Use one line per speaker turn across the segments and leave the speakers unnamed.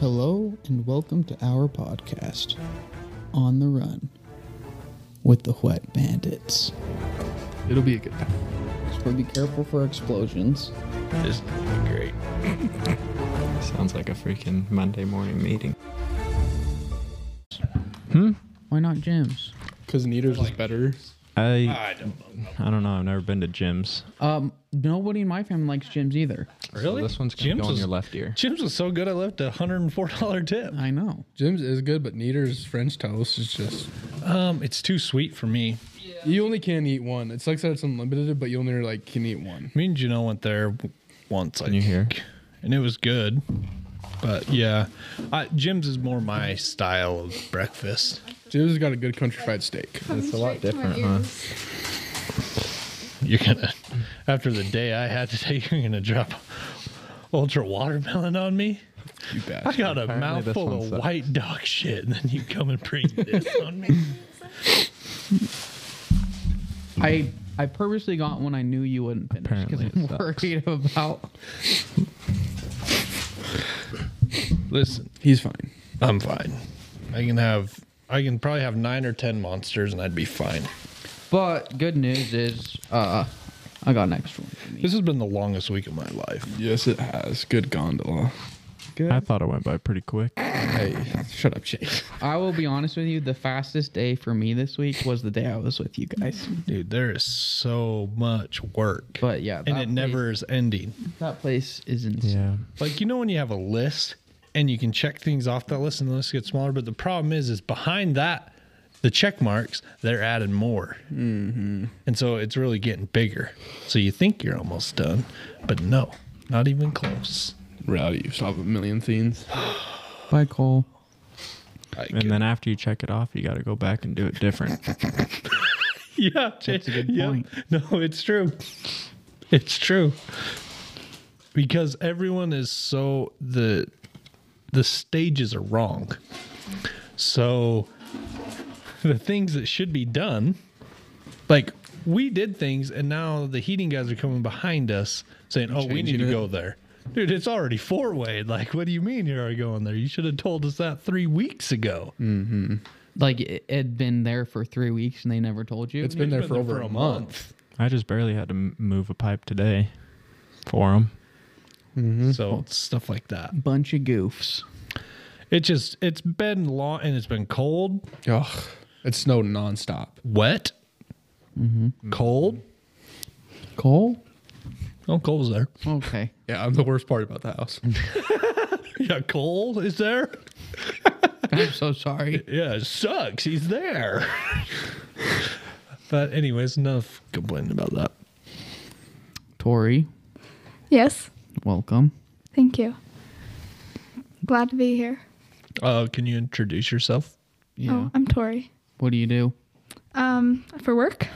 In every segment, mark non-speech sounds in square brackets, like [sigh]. Hello and welcome to our podcast, On the Run with the Wet Bandits.
It'll be a good time.
So be careful for explosions.
This is gonna be great.
Sounds like a freaking Monday morning meeting.
Why not gyms?
Because Neater's is better. I
I
don't know.
I don't know. I've never been to gyms.
Um, nobody in my family likes gyms either.
Really? this one's gonna go in your left ear.
Jim's was so good, I left a hundred and four dollar tip.
I know.
Jim's is good, but Neater's French toast is just.
Um, it's too sweet for me.
You only can eat one. It sucks that it's unlimited, but you only like can eat one.
Me and Janelle went there w- once. I
you hear?
think, And it was good, but yeah, I, Jim's is more my style of breakfast.
Jim's has got a good country fried steak.
It's a lot different, huh?
You're gonna, after the day I had today, [laughs] you're gonna drop ultra watermelon on me.
You
I
[laughs] bet.
got a
Apparently this
mouthful
one
of
sucks.
white dog shit, and then you come and bring this on me. [laughs]
I I purposely got one I knew you wouldn't finish because
Apparently it
I'm worried
sucks.
about.
Listen,
He's fine.
I'm fine. I can have, I can probably have nine or ten monsters, and I'd be fine.
But good news is, uh, I got an extra one. for me.
This has been the longest week of my life.
Yes, it has. Good gondola.
I thought it went by pretty quick.
Hey, shut up, Jake.
I will be honest with you. The fastest day for me this week was the day I was with you guys.
Dude, there is so much work.
But yeah,
and
that
it never is ending.
That place is insane.
Yeah.
Like you know when you have a list and you can check things off that list and the list gets smaller, but the problem is is behind that the check marks they're adding more, mm-hmm. and so it's really getting bigger. So you think you're almost done, but no, not even close.
Rowdy, you stop a million things.
Bye, Cole.
I get-
And then after you check it off, you got to go back and do it [laughs] different.
[laughs] yeah, that's
a good point.
No, it's true. It's true. Because everyone is so the the stages are wrong. So the things that should be done, like we did things and now the heating guys are coming behind us saying, "Oh, we need
Changing
to
it.
go there." Dude, it's already four way. Like, what do you mean you're already going there? You should have told us that three weeks ago.
Mm.
Like it had been there for three weeks and they never told you.
It's been there for over a month.
I just barely had to m- move a pipe today for him.
So
Mm-hmm.
it's stuff like that.
bunch of goofs.
It just it's been long and it's been cold,
Ugh, it snowed nonstop.
wet, Mm-hmm. cold.
Cole.
Oh, Cole's there.
Okay. [laughs]
Yeah, I'm the worst part about the house.
[laughs] Yeah, Cole is there.
I'm so sorry.
Yeah, it sucks. He's there. but anyways, enough complaining about that.
Tori,
Yes,
welcome.
thank you. Glad to be here.
Uh, can you introduce yourself?
Yeah.
Oh, I'm Tori.
What do you do?
Um, for work,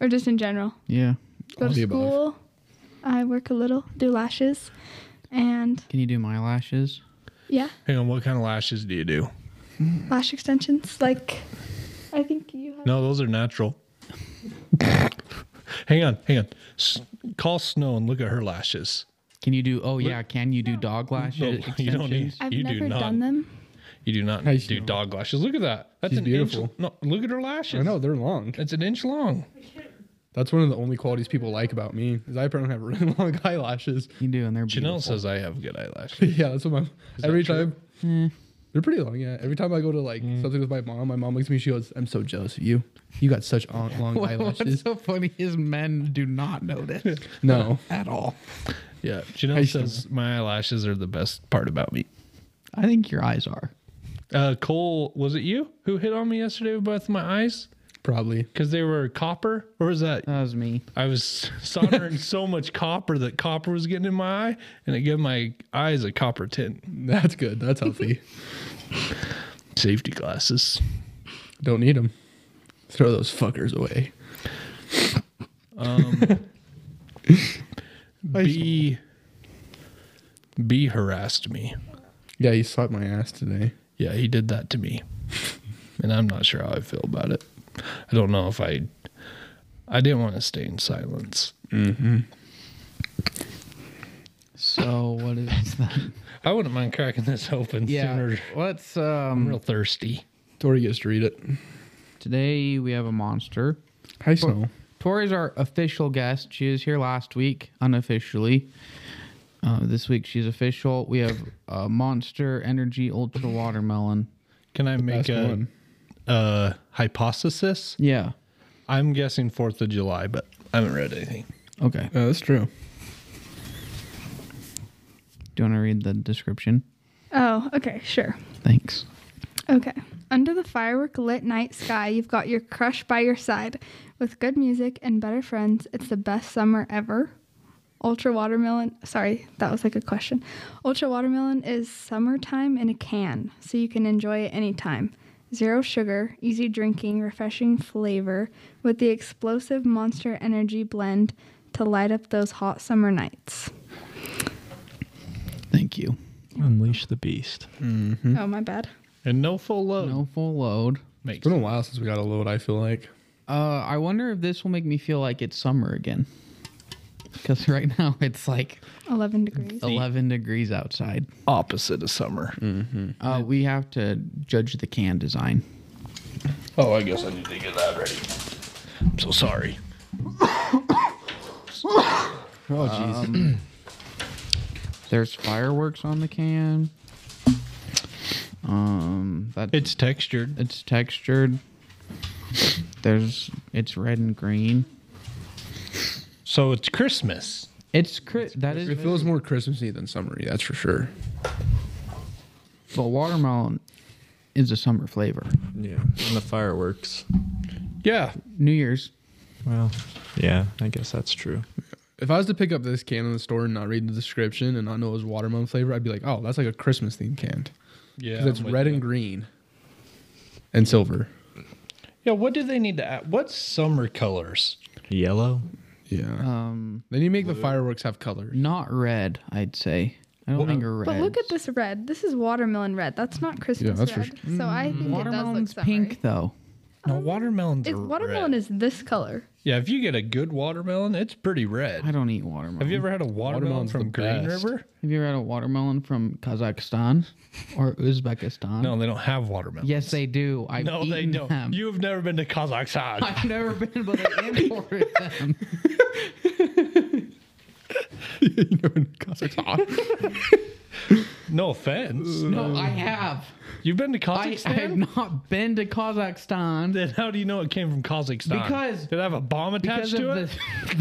or just in general.
Yeah.
Go
All
to
the above.
school. I work a little, do lashes, and
Can you do my lashes?
yeah,
Hang on, what kind of lashes do you do?
lash extensions. Like, I think you have.
No, those are natural. [laughs] hang on, hang on. S- call Snow and look at her lashes.
Can you do? Oh yeah. Can you do dog [laughs] lashes?
No, you don't need-
extensions?
I've
you do
never
not.
done them.
You do not
Hey,
do
Snow.
dog lashes. Look at that. That's
She's
an
beautiful.
Inch, no, look at her lashes.
I know they're long.
It's an inch long.
That's one of the only qualities people like about me is I apparently have really [laughs] long eyelashes.
You do, and they're beautiful. [laughs]
Janelle says I have good eyelashes.
[laughs] Yeah, that's what my every
true?
time. They're pretty long. Yeah, every time I go to like something with my mom, my mom looks at me. She goes, "I'm so jealous of you. You got such on- long
What's
eyelashes."
so funny is men do not notice
No,
at all.
Yeah, Janelle
used to-
says my eyelashes are the best part about me.
I think your eyes are.
Uh, Cole, was it you who hit on me yesterday with my eyes
probably.
because they were copper, or was
Uh.
that
That was me.
I was soldering so much copper that copper was getting in my eye, and it gave my eyes a copper tint.
That's good. That's healthy.
Safety glasses.
Don't need them. Throw those fuckers away.
B. B harassed me.
Yeah, you slapped my ass today.
Yeah, he did that to me. And I'm not sure how I feel about it. I don't know if I I didn't want to stay in silence.
So
what it is.
I wouldn't mind cracking this open
[laughs] Yeah.
sooner.
Let's
I'm
um
real thirsty.
Tori gets to read it.
today we have a monster.
Hi, Snow.
Tori's our official guest. She was here last week unofficially. Uh, this week she's official. We have uh, Monster Energy Ultra Watermelon.
Can I make
best
a,
one.
a hypothesis?
Yeah.
I'm guessing 4th of July, but I haven't read anything.
Okay.
Uh, that's true.
Do you want to read the description?
Oh, okay, sure.
Thanks.
Okay. Under the firework lit night sky, you've got your crush by your side. With good music and better friends, it's the best summer ever. Ultra watermelon, sorry, that was like a question. Ultra watermelon is summertime in a can, so you can enjoy it anytime. Zero sugar, easy drinking, refreshing flavor with the explosive monster energy blend to light up those hot summer nights.
Thank you.
Unleash the beast.
Oh, my bad.
And no full load.
No full load.
Makes
It's been a while since we got a load, I feel like.
Uh, I wonder if this will make me feel like it's summer again. Because right now [laughs] it's like
11 degrees.
11 degrees outside.
opposite of summer.
Mm.
Uh, we have to judge the can design.
Oh, I guess I need to get that ready. I'm so sorry.
There's fireworks on the can. Um, that
It's textured.
it's textured. There's it's red and green.
So it's Christmas.
It's cri- that is
It feels more Christmassy than summery, that's for sure.
but watermelon is a summer flavor.
Yeah. And the fireworks.
Yeah.
New Year's.
Well, yeah, I guess that's true.
If I was to pick up this can in the store and not read the description and not know it was watermelon flavor, I'd be like, oh, that's like a Christmas themed can.
Yeah.
Because it's red and green and silver.
Yeah, what do they need to add? What's summer colors?
Yellow?
Yeah.
Um,
then you make the fireworks have color.
not red. I'd say. I don't
uh,
think a red.
But look at this red. This is watermelon red. That's not Christmas
that's for
red. So I think it does look
watermelon's
summery.
pink though.
No, watermelon's
It's,
are
watermelon
red.
is this color.
Yeah, if you get a good watermelon, it's pretty red.
I don't eat watermelon.
Have you ever had a watermelon
Watermelon's
from
the
Green
best.
River?
Have you ever had a watermelon from Kazakhstan or Uzbekistan?
No, they don't have watermelon.
Yes, they do. I've
No, they
eaten
don't.
them.
You've never been to Kazakhstan.
I've never been, but I imported
[laughs]
them.
no offense.
No, I have.
You've been to
I, I
Kazakhstan?
have not been to Kazakhstan
Then how do you know it came from Kazakhstan?
Because-
did it have a bomb
because
attached
of
to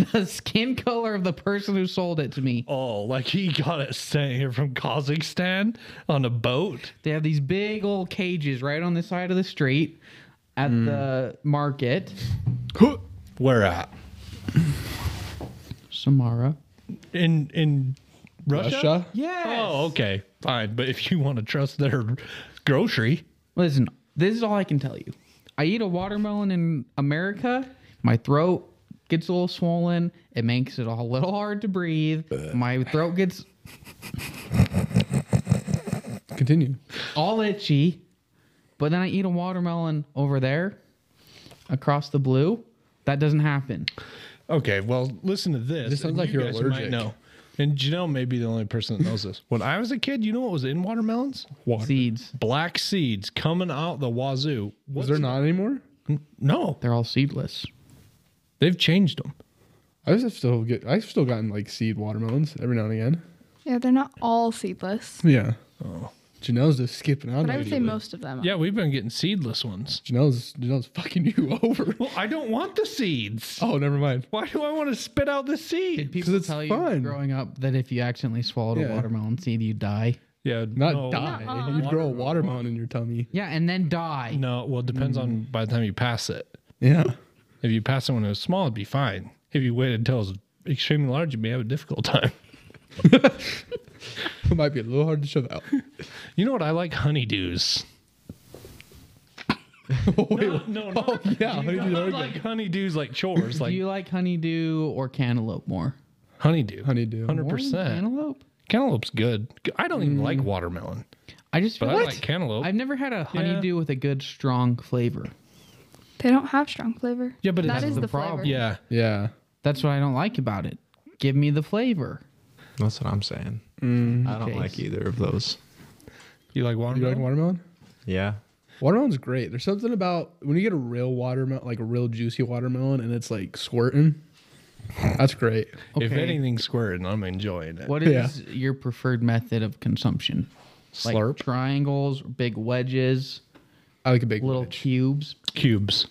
it?
the, the [laughs] skin color of the person who sold it to me.
Oh, like he got it sent here from Kazakhstan on a boat.
They have these big old cages right on the side of the street at the market.
Where at?
Samara.
In in Russia?
Russia?
Yes.
Oh, okay, fine. But if you want to trust their grocery,
Listen, this is all I can tell you. I eat a watermelon in America, my throat gets a little swollen. It makes it a little hard to breathe. My throat gets
Continue.
all itchy. But then I eat a watermelon over there across the blue. That doesn't happen.
okay. Well, listen to this.
This sounds
and
like
you
you're
guys might
allergic.
know. and Janelle may be the only person that knows this. When I was a kid, you know what was in watermelons? Water.
Seeds.
Black seeds coming out the wazoo.
Was there not anymore?
No,
They're all seedless.
they've changed them.
I was still get I've still gotten like seed watermelons every now and again.
Yeah, they're not all seedless.
Yeah. Oh. Janelle's just skipping out.
But I would say
immediately.
most of them. are.
Yeah, we've been getting seedless ones.
Janelle's Janelle's fucking you [laughs] over.
Well, I don't want the seeds.
Oh, never mind.
Why do I want to spit out the seed?
People
it's
tell you
fun.
growing up that if you accidentally swallowed
Yeah.
a watermelon seed, you die.
Yeah,
Not
no.
die.
Nuh-uh.
You'd grow a watermelon in your tummy.
Yeah, and then die.
No, well, it depends on by the time you pass it.
Yeah. [laughs]
If you pass it when it was small, it'd be fine. If you waited until it was extremely large, you may have a difficult time.
It might be a little hard to shove out.
You know what? I like honeydews. No, no,
Oh yeah. How did you
I
know
like honeydews like chores,
Do
like
you like honeydew or cantaloupe more?
honeydew.
Honeydew.
Hundred
More than
percent.
Cantaloupe?
Cantaloupe's good. I don't even like watermelon,
I just
but
feel
I
like
like cantaloupe.
I've never had a honeydew with a good strong flavor.
They don't have strong flavor.
Yeah, but
that
it's
is
the
the flavor.
problem.
yeah,
Yeah.
That's what I don't like about it. Give me the flavor.
That's what I'm saying.
Mm-hmm.
I don't
Okay.
like either of those.
You like
You
watermelon?
like watermelon?
Yeah.
Watermelon's great. There's something about when you get a real watermelon, like a real juicy watermelon, and it's like squirting. That's great.
If
Okay.
anything's squirting, I'm enjoying it.
What is your preferred method of consumption? Like
Slurp.
triangles, big wedges,
I like a big
little
little.
cubes.
cubes?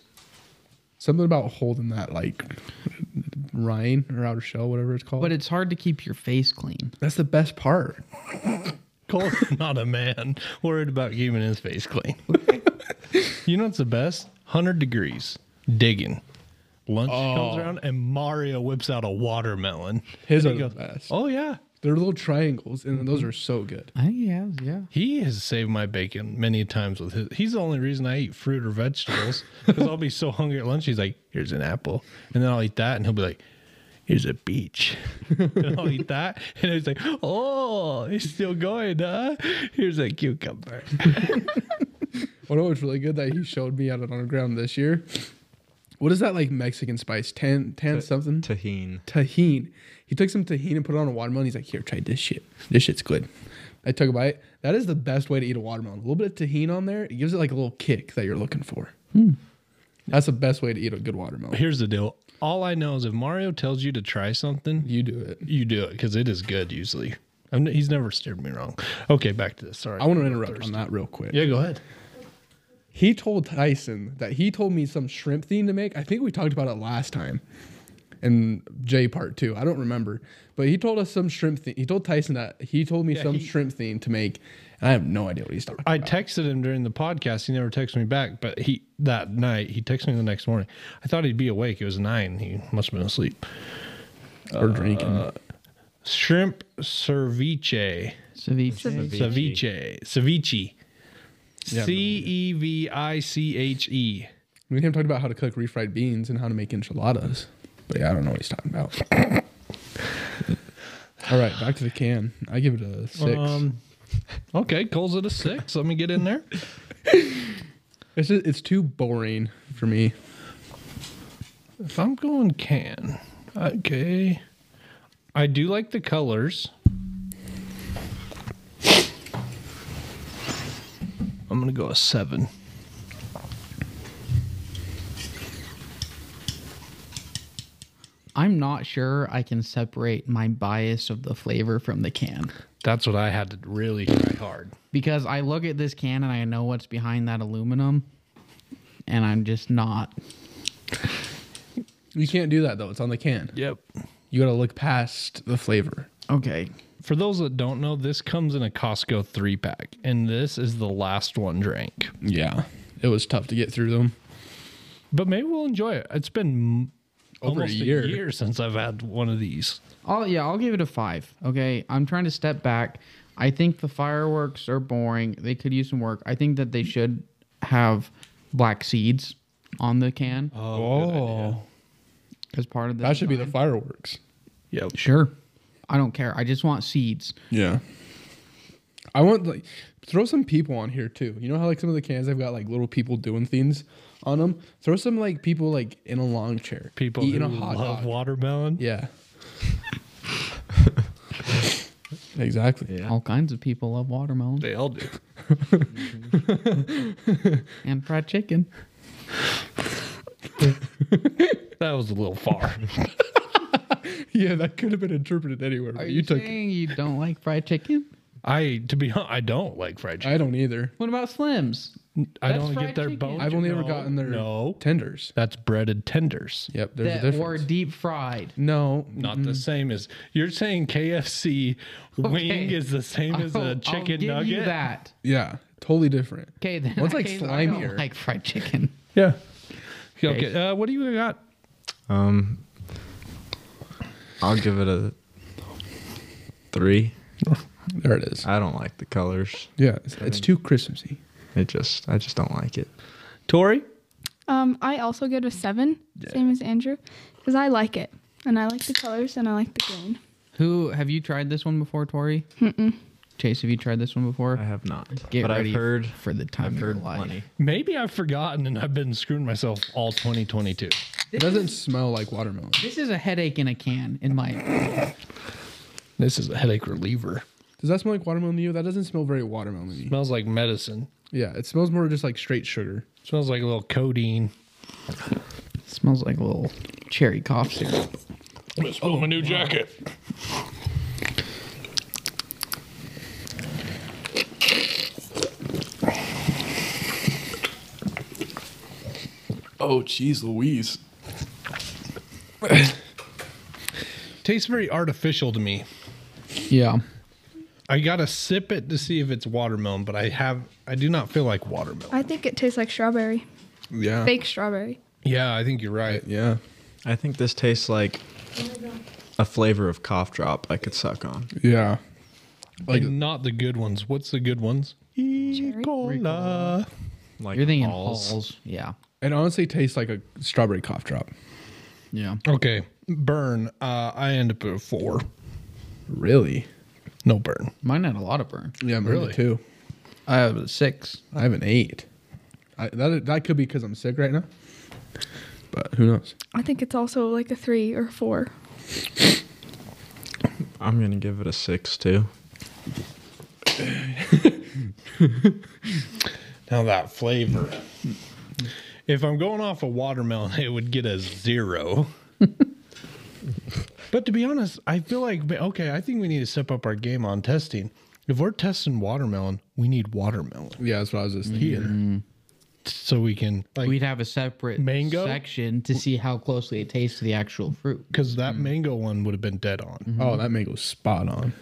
Something about holding that like rind or outer shell, whatever it's called.
But it's hard to keep your face clean.
that's the best part.
Cole's [laughs] not a man worried about keeping his face clean. you know what's the best? 100 degrees, digging. Lunch comes around and Mario whips out a watermelon.
His
And he
are the
goes,
best.
Oh, Mm-hmm. yeah.
They're little triangles, and those are so good.
I think he has, yeah.
He has saved my bacon many times with his. He's the only reason I eat fruit or vegetables because I'll be so hungry at lunch. He's like, "Here's an apple," and then I'll eat that, and he'll be like, "Here's a peach," [laughs] and I'll eat that, and he's like, "Oh, he's still going, huh? Here's a cucumber."
[laughs] What was really good that he showed me at an underground this year. What is that like Mexican spice? Tan tan something?
Tahine.
tahine. He took some tahine and put it on a watermelon. He's like, here, try this shit. This shit's good. I took a bite. That is the best way to eat a watermelon. A little bit of tahine on there, it gives it like a little kick that you're looking for.
Hmm.
That's the best way to eat a good watermelon.
Here's the deal. All I know is if Mario tells you to try something,
You do it.
you do it because it is good usually. I'm, he's never steered me wrong. Okay, back to this. Sorry,
I want to interrupt on that real quick.
Yeah, go ahead.
He told Tyson that he told me some shrimp thing to make. I think we talked about it last time in J part two. I don't remember. But he told us some shrimp thing. He told Tyson that he told me some shrimp thing to make. And I have no idea what he's talking
I texted him during the podcast. He never texted me back, but he that night he texted me the next morning. I thought he'd be awake. It was nine. He must have been asleep.
about. Or drinking.
Shrimp ceviche,
Ceviche.
ceviche, ceviche, C E V I C H E.
Me and him talked about how to cook refried beans and how to make enchiladas. But yeah, I don't know what he's talking about. [laughs] All right, back to the can. I give it a six.
Um, okay, Cole's at a six. Let me get in there.
it's just, it's too boring for me.
If I'm going can, okay. I do like the colors. I'm gonna go a seven.
I'm not sure I can separate my bias of the flavor from the can
That's what I had to really try hard.
because I look at this can and I know what's behind that aluminum, and I'm just not.
You can't do that though. It's on the can.
Yep.
You got to look past the flavor.
Okay.
For those that don't know, this comes in a Costco three pack, and this is the last one drank.
Yeah, it was tough to get through them.
But maybe we'll enjoy it. It's been
Over a
almost a year.
year.
since I've had one of these.
I'll yeah, I'll give it a five. Okay, I'm trying to step back. I think the fireworks are boring. They could use some work. I think that they should have black seeds on the can
Oh,
as part of the
that should be the fireworks.
Yep.
sure. I don't care. I just want seeds.
Yeah. I want like throw some people on here too. You know how like some of the cans have got like little people doing things on them. Throw some like people like in a long chair,
People
eating
who
a hot
love
dog.
watermelon.
yeah. [laughs] exactly.
Yeah.
All kinds of people love watermelon
They all do.
and fried chicken.
That was a little far.
Yeah, that could have been interpreted anywhere. But you, took. it.
saying you don't like fried chicken?
I, to be honest, I don't like fried chicken.
I don't either.
What about Slims?
I
That's
don't
fried
get their
chicken.
bone.
I've only ever
No,
gotten their
no.
tenders.
That's breaded tenders.
Yep, there's a
That were
difference.
deep fried.
no,
Not the same as you're saying. KFC
[laughs]
wing
Okay.
is the same as
I'll-
a chicken
I'll give
nugget.
You that.
yeah, totally different.
Okay, then.
One's, like,
I guess I don't
slimier.
like fried chicken.
Yeah. Okay.
Okay.
Uh, what do you got?
Um, I'll give it a three.
There it is.
I don't like the colors.
Yeah, it's, it's too Christmassy.
It just, I just don't like it.
Tori?
Um, I also go to seven, same as Andrew, because I like it and I like the colors and I like the green.
[laughs] Who have you tried this one before, Tori? Mm-mm. Chase, have you tried this one before?
I have not.
Get
but
ready
I've heard,
for the time
I've
of your
heard
life.
plenty.
Maybe I've forgotten and I've been screwing myself all 2022.
It doesn't smell like watermelon.
This is a headache in a can, in my.
This is a headache reliever.
Does that smell like watermelon to you? That doesn't smell very watermelon
Smells like medicine.
Yeah, it smells more just like straight sugar.
Smells like a little codeine.
smells like a little cherry cough syrup.
oh, my new jacket.
Oh, jeez Louise.
Tastes very artificial to me.
Yeah.
I gotta sip it to see if it's watermelon, but I have I do not feel like watermelon.
I think it tastes like strawberry,
Yeah.
fake strawberry.
Yeah, I think you're right.
Yeah.
I think this tastes like a flavor of cough drop I could suck on.
Yeah.
Like not the good ones. What's the good ones?
Cherry?
Ricola.
Like
You're thinking
balls.
halls. Yeah.
It honestly tastes like a strawberry cough drop.
Yeah.
Okay, burn. Uh, I end up at a four.
Really?
No burn.
Mine had a lot of burn.
Yeah, really.
Really?
Too.
I have a six.
I have an eight. I, that that could be because I'm sick right now. But who knows?
I think it's also like a three or four.
I'm gonna give it a six too.
Now that flavor. If I'm going off a watermelon, [laughs] it would get a
[laughs]
zero. but to be honest, I feel like okay, I think we need to step up our game on testing. If we're testing watermelon, we need watermelon
Yeah, that's what I was just thinking.
here. So we can like
We'd have a separate
Mango?
section to see how closely it tastes to the actual fruit.
because that
Mm.
mango one would have been dead on. Uh,
Oh, that mango's spot on.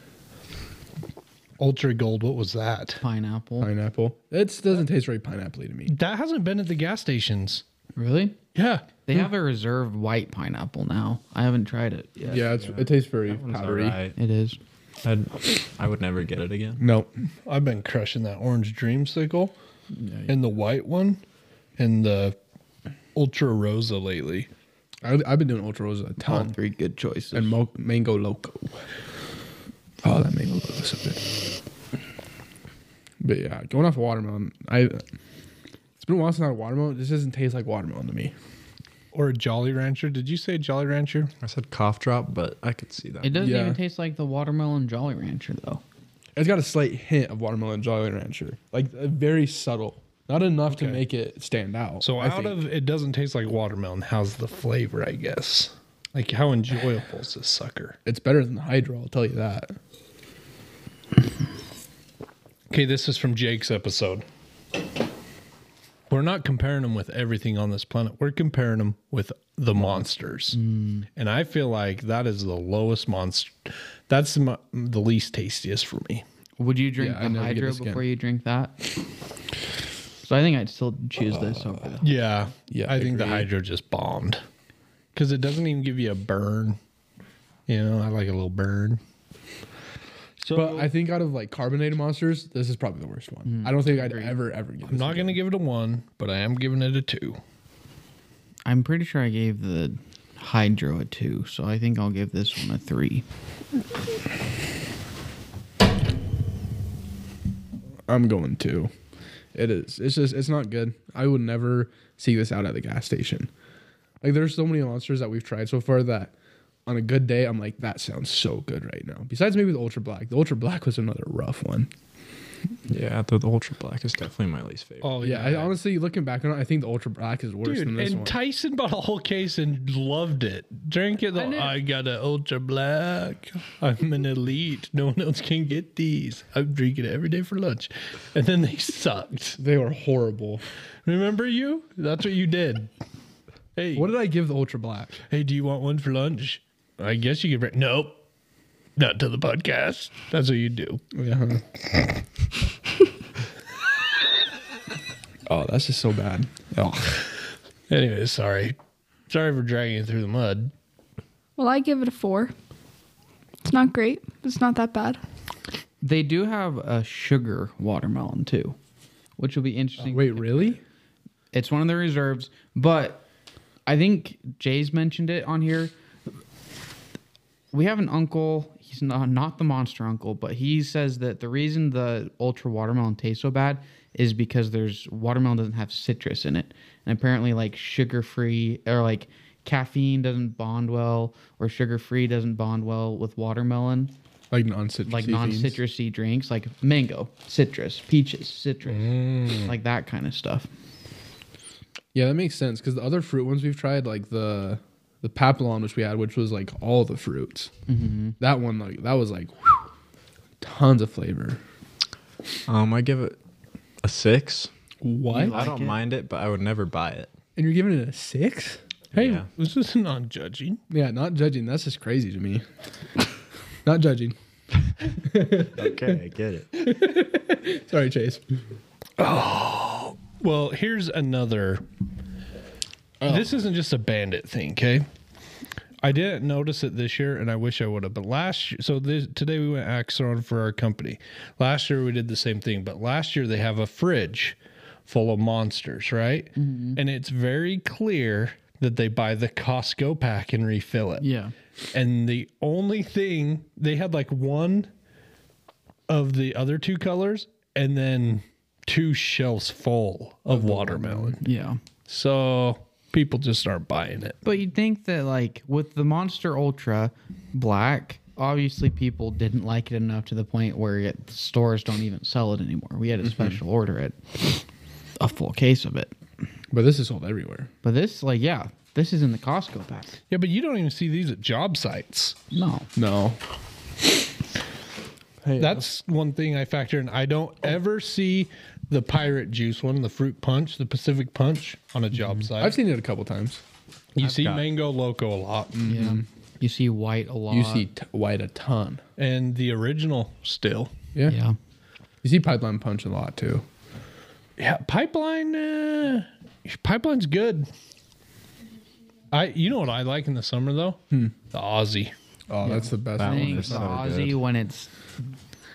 Ultra gold, what was that?
Pineapple.
Pineapple. It doesn't taste very pineapple to me.
That hasn't been at the gas stations.
Really?
Yeah.
Hmm.
They have a reserved white pineapple now. I haven't tried it yet.
Yeah, it's, it tastes very
One's
powdery.
alright.
It is.
I'd, I would never get it again.
No,
I've been crushing that orange dreamsicle and the white one and the ultra rosa lately.
I, I've been doing ultra rosa a
All
ton
three good choices.
and mo- mango loco. Oh, that mango loco is so good. But yeah, going off watermelon, I it's been a while since I had watermelon. This doesn't taste like watermelon to me.
Or a Jolly Rancher. Did you say Jolly Rancher?
I said cough drop, but I could see that.
it doesn't
Yeah.
even taste like the watermelon Jolly Rancher though.
It's got a slight hint of watermelon Jolly Rancher, like uh, very subtle, not enough to
Okay.
make it stand out.
So
I
out
think.
of it doesn't taste like watermelon. How's the flavor, I guess? Like how enjoyable is this sucker?
it's better than the Hydra, I'll tell you that.
Okay, this is from Jake's episode. We're not comparing them with everything on this planet. We're comparing them with the monsters. And I feel like that is the lowest monster. That's my, the least tastiest for me.
Would you drink
Yeah, I
the
never get
hydro
this again.
before you drink that? So I think I'd still choose this over the
Yeah.
Yeah,
I think the
agreed.
hydro just bombed because it doesn't even give you a burn. You know, I like a little burn. So
But I think out of like carbonated monsters, this is probably the worst one. I don't think I'd ever ever get.
Hmm, I'm not going to give it a one, but I am giving it a two.
I'm pretty sure I gave the hydro a two, so I think I'll give this one a three.
I'm going to. It is. It's just. It's not good. I would never see this out at the gas station. Like there's so many monsters that we've tried so far that on a good day I'm like that sounds so good right now. Besides maybe the ultra black. The ultra black was another rough one.
Yeah, the, the ultra black is definitely my least favorite.
Oh,
Yeah. I honestly looking back on it, I think the ultra black is worse
Dude,
than this
and
one.
Tyson bought a whole case and loved it. Drank it. I, I got an ultra black. I'm an elite. No one else can get these. I'm drinking it every day for lunch. And then they sucked.
they were horrible.
Remember you? That's what you did. Hey,
What did I give the ultra black?
hey, do you want one for lunch? I guess you could. Bring, nope. Not to the podcast. That's what you do.
[laughs] Yeah. oh, that's just so bad.
Anyway, sorry. Sorry for dragging you through the mud.
Well, I give it a four. It's not great, but it's not that bad.
They do have a sugar watermelon too, which will be interesting.
Wait, really?
It's one of the reserves, but I think Jay's mentioned it on here. We have an uncle. He's not not the monster uncle, but he says that the reason the ultra watermelon tastes so bad is because there's watermelon doesn't have citrus in it, and apparently like sugar free or like caffeine doesn't bond well or sugar free doesn't bond well with watermelon.
Like non citrus.
like non citrusy drinks, like mango, citrus, peaches, citrus, like that kind of stuff.
Yeah, that makes sense because the other fruit ones we've tried, like the the papillon, which we had, which was like all the fruits. That one, like that was like whew, tons of flavor.
Oh.
Um, I give it a six.
What?
I don't mind it, but I would never buy it.
And you're giving it a six?
Hey,
Yeah.
this is non judging.
Yeah, not judging. That's just crazy to me. [laughs] not judging.
Okay, I get it.
Sorry, Chase.
Well, here's another. This isn't just a bandit thing, okay? I didn't notice it this year, and I wish I would have. But last year, so this, today we went Axon for our company. Last year we did the same thing, but last year they have a fridge full of monsters, right? And it's very clear that they buy the Costco pack and refill it.
Yeah.
And the only thing they had like one of the other two colors and then two shelves full of watermelon.
Yeah.
So people just aren't buying it.
But you'd think that, like, with the Monster Ultra Black, obviously people didn't like it enough to the point where it, stores don't even sell it anymore. We had to special order it, a full case of it.
But this is sold everywhere.
But this, like, yeah, this is in the Costco pack.
Yeah, but you don't even see these at job sites.
No.
No.
That's one thing I factor in. I don't ever see the pirate juice one, the fruit punch, the Pacific punch on a job site.
I've seen it a couple times.
you see
got-
mango loco a lot
Yeah. Mm-hmm. You see white a lot.
You see t- white a ton.
and the original still.
Yeah.
Yeah.
You see pipeline punch a lot too.
Yeah, pipeline. Uh, pipeline's good. I you know what I like in the summer though?
Hmm.
The Aussie.
Oh, that's the best.
That
one.
one
Thanks,
is so
Aussie,
good.
when it's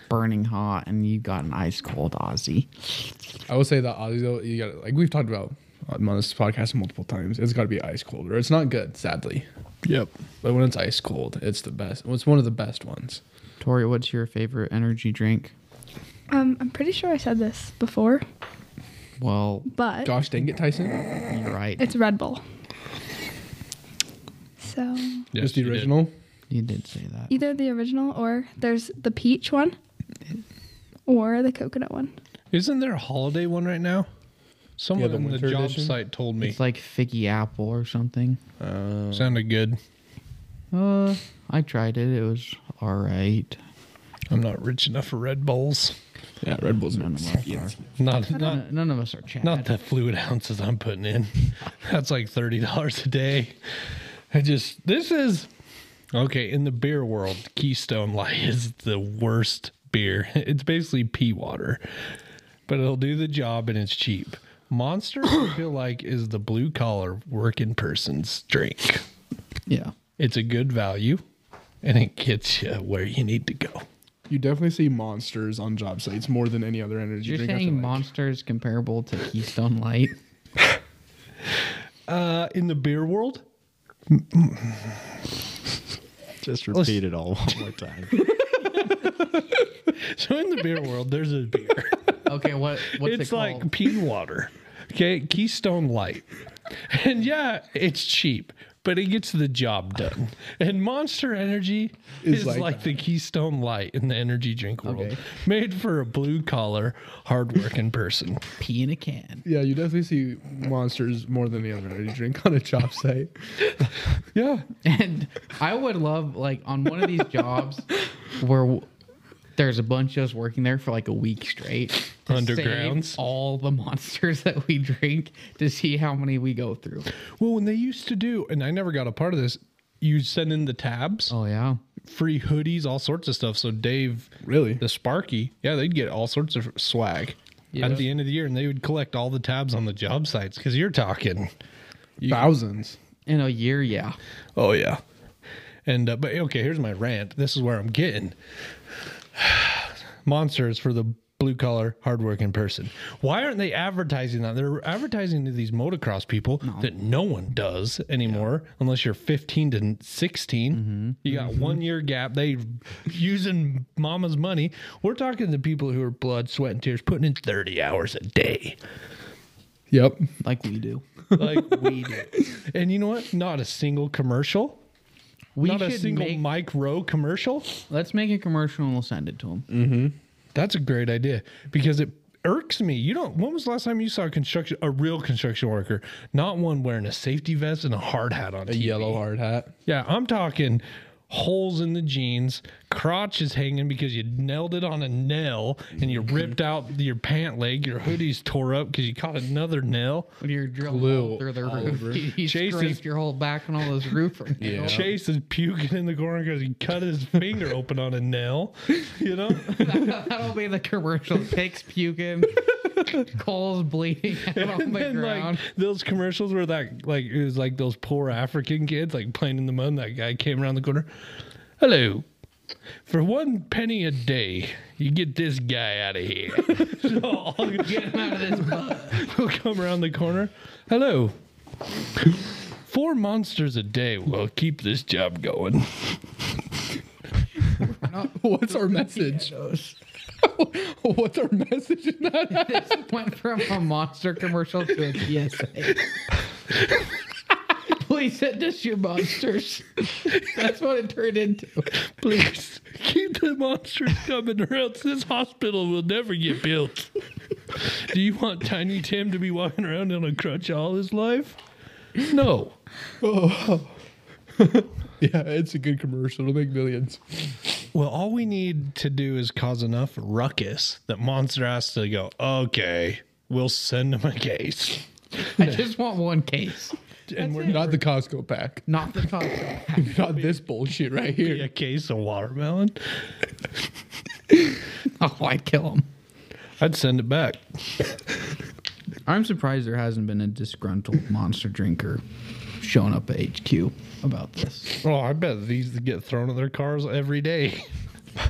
burning hot and you got an ice cold Aussie.
I would say that Aussie though, you got to like we've talked about on this podcast multiple times. It's got to be ice cold, or it's not good. Sadly,
Yep.
but when it's ice cold, it's the best. Well, it's one of the best ones.
Tori, what's your favorite energy drink?
Um, I'm pretty sure I said this before,
Well,
but
Gosh dang it, Tyson!
you're right.
it's Red Bull. So
Yes,
Just the
you did.
original.
You did say that.
either the original or there's the peach one or the coconut one.
Isn't there a holiday one right now? Someone
the
on the
winter
job
edition?
site told me.
It's like figgy apple or something.
Sounded good.
Uh, I tried it. It was all right.
I'm not rich enough for Red Bulls.
Yeah, Red Bull's
None of us are.
Not not
N- None of us are Chad.
not the fluid ounces I'm putting in. [laughs] That's like thirty dollars a day. I just this is okay in the beer world. Keystone Light [laughs] is the worst beer. It's basically pea water, but it'll do the job and it's cheap. Monster, I feel like, is the blue collar working person's drink.
yeah.
It's a good value, and it gets you where you need to go.
You definitely see monsters on job sites more than any other energy
You're
drink. I
saying
feel like.
Monster is comparable to Keystone Light?
Uh, in the beer world,
Just repeat it all one more time.
so in the beer world, there's a beer.
[laughs] Okay, what what's
it's
it
like
called?
pea water. Okay, Keystone Light. And yeah, it's cheap, but it gets the job done. And Monster Energy is,
like
like, the Keystone Light in the energy drink world,
Okay.
made for a blue collar, hardworking person.
Pee in a can.
Yeah, you definitely see monsters more than any other energy drink on a
[laughs]
job site. yeah,
[laughs] And I would love like on one of these
[laughs]
jobs where w- there's a bunch of us working there for like a week straight. to save
Undergrounds.
all the monsters that we drink to see how many we go through.
Well, when they used to do, and I never got a part of this, you send in the tabs,
Oh yeah.
free hoodies, all sorts of stuff. So Dave,
really.
the Sparky, yeah, they'd get all sorts of swag.
Yeah.
At the end of the year, and they would collect all the tabs on the job sites because you're talking
Thousands.
In a year, yeah.
Oh yeah. And uh, but okay, here's my rant. This is where I'm getting [sighs] monsters for the blue collar hardworking person. Why aren't they advertising that? They're advertising to these motocross people that no one does anymore unless you're 15 to 16. You got one year gap. They using mama's money. We're talking to people who are blood, sweat and tears putting in 30 hours a day.
Yep.
Like we do.
Like we do. And you know what? Not a single commercial.
We
Not a
should
single
make-
Mike Rowe commercial.
Let's make a commercial and we'll send it to them.
Mm. That's a great idea because it irks me. You don't. When was the last time you saw a construction, a real construction worker, not one wearing a safety vest and a hard hat on?
A
TV?
yellow hard hat.
Yeah, I'm talking holes in the jeans, crotch is hanging because you nailed it on a nail and you ripped out your pant leg. Your hoodie's tore up because you caught another nail.
You're drilling
Glue
all through the
all
roof.
over.
[laughs] He
Chase
scraped
is-
your whole back and all those
[laughs]
roof.
Yeah.
Chase is puking in the corner because he cut his finger open on a nail. [laughs] You know,
That'll be the commercial. Picks
[laughs]
puking. Cole's bleeding out on
and
the
then like [laughs]
ground.
those commercials where that like it was like those poor African kids like playing in the mud. And that guy came around the corner. Hello. For one penny a day, you get this guy out of here. [laughs]
Get him out of this mud.
He'll come around the corner. Hello. Four monsters a day will keep this job going.
[laughs]
[laughs]
What's our
[laughs]
message? [laughs] What's our message [laughs] in that?
This went from a monster commercial to a
[laughs]
PSA. Please send us your
[laughs]
monsters. That's what it turned into.
Please keep the monsters coming, or else this hospital will never get built. Do you want Tiny Tim to be walking around on a crutch all his life? No.
Yeah, it's a good commercial. It'll make millions.
Well, all we need to do is cause enough ruckus that Monster has to go, okay, we'll send him a case.
I just want one case,
And we're
Not the Costco pack. [laughs]
not the
[laughs]
cocktail.
Not this bullshit right
a
here.
case of watermelon.
Oh, I'd kill him.
I'd send it back.
I'm surprised there hasn't been a disgruntled [laughs] monster drinker showing up at HQ about this.
Oh, I bet these get thrown in their cars every day.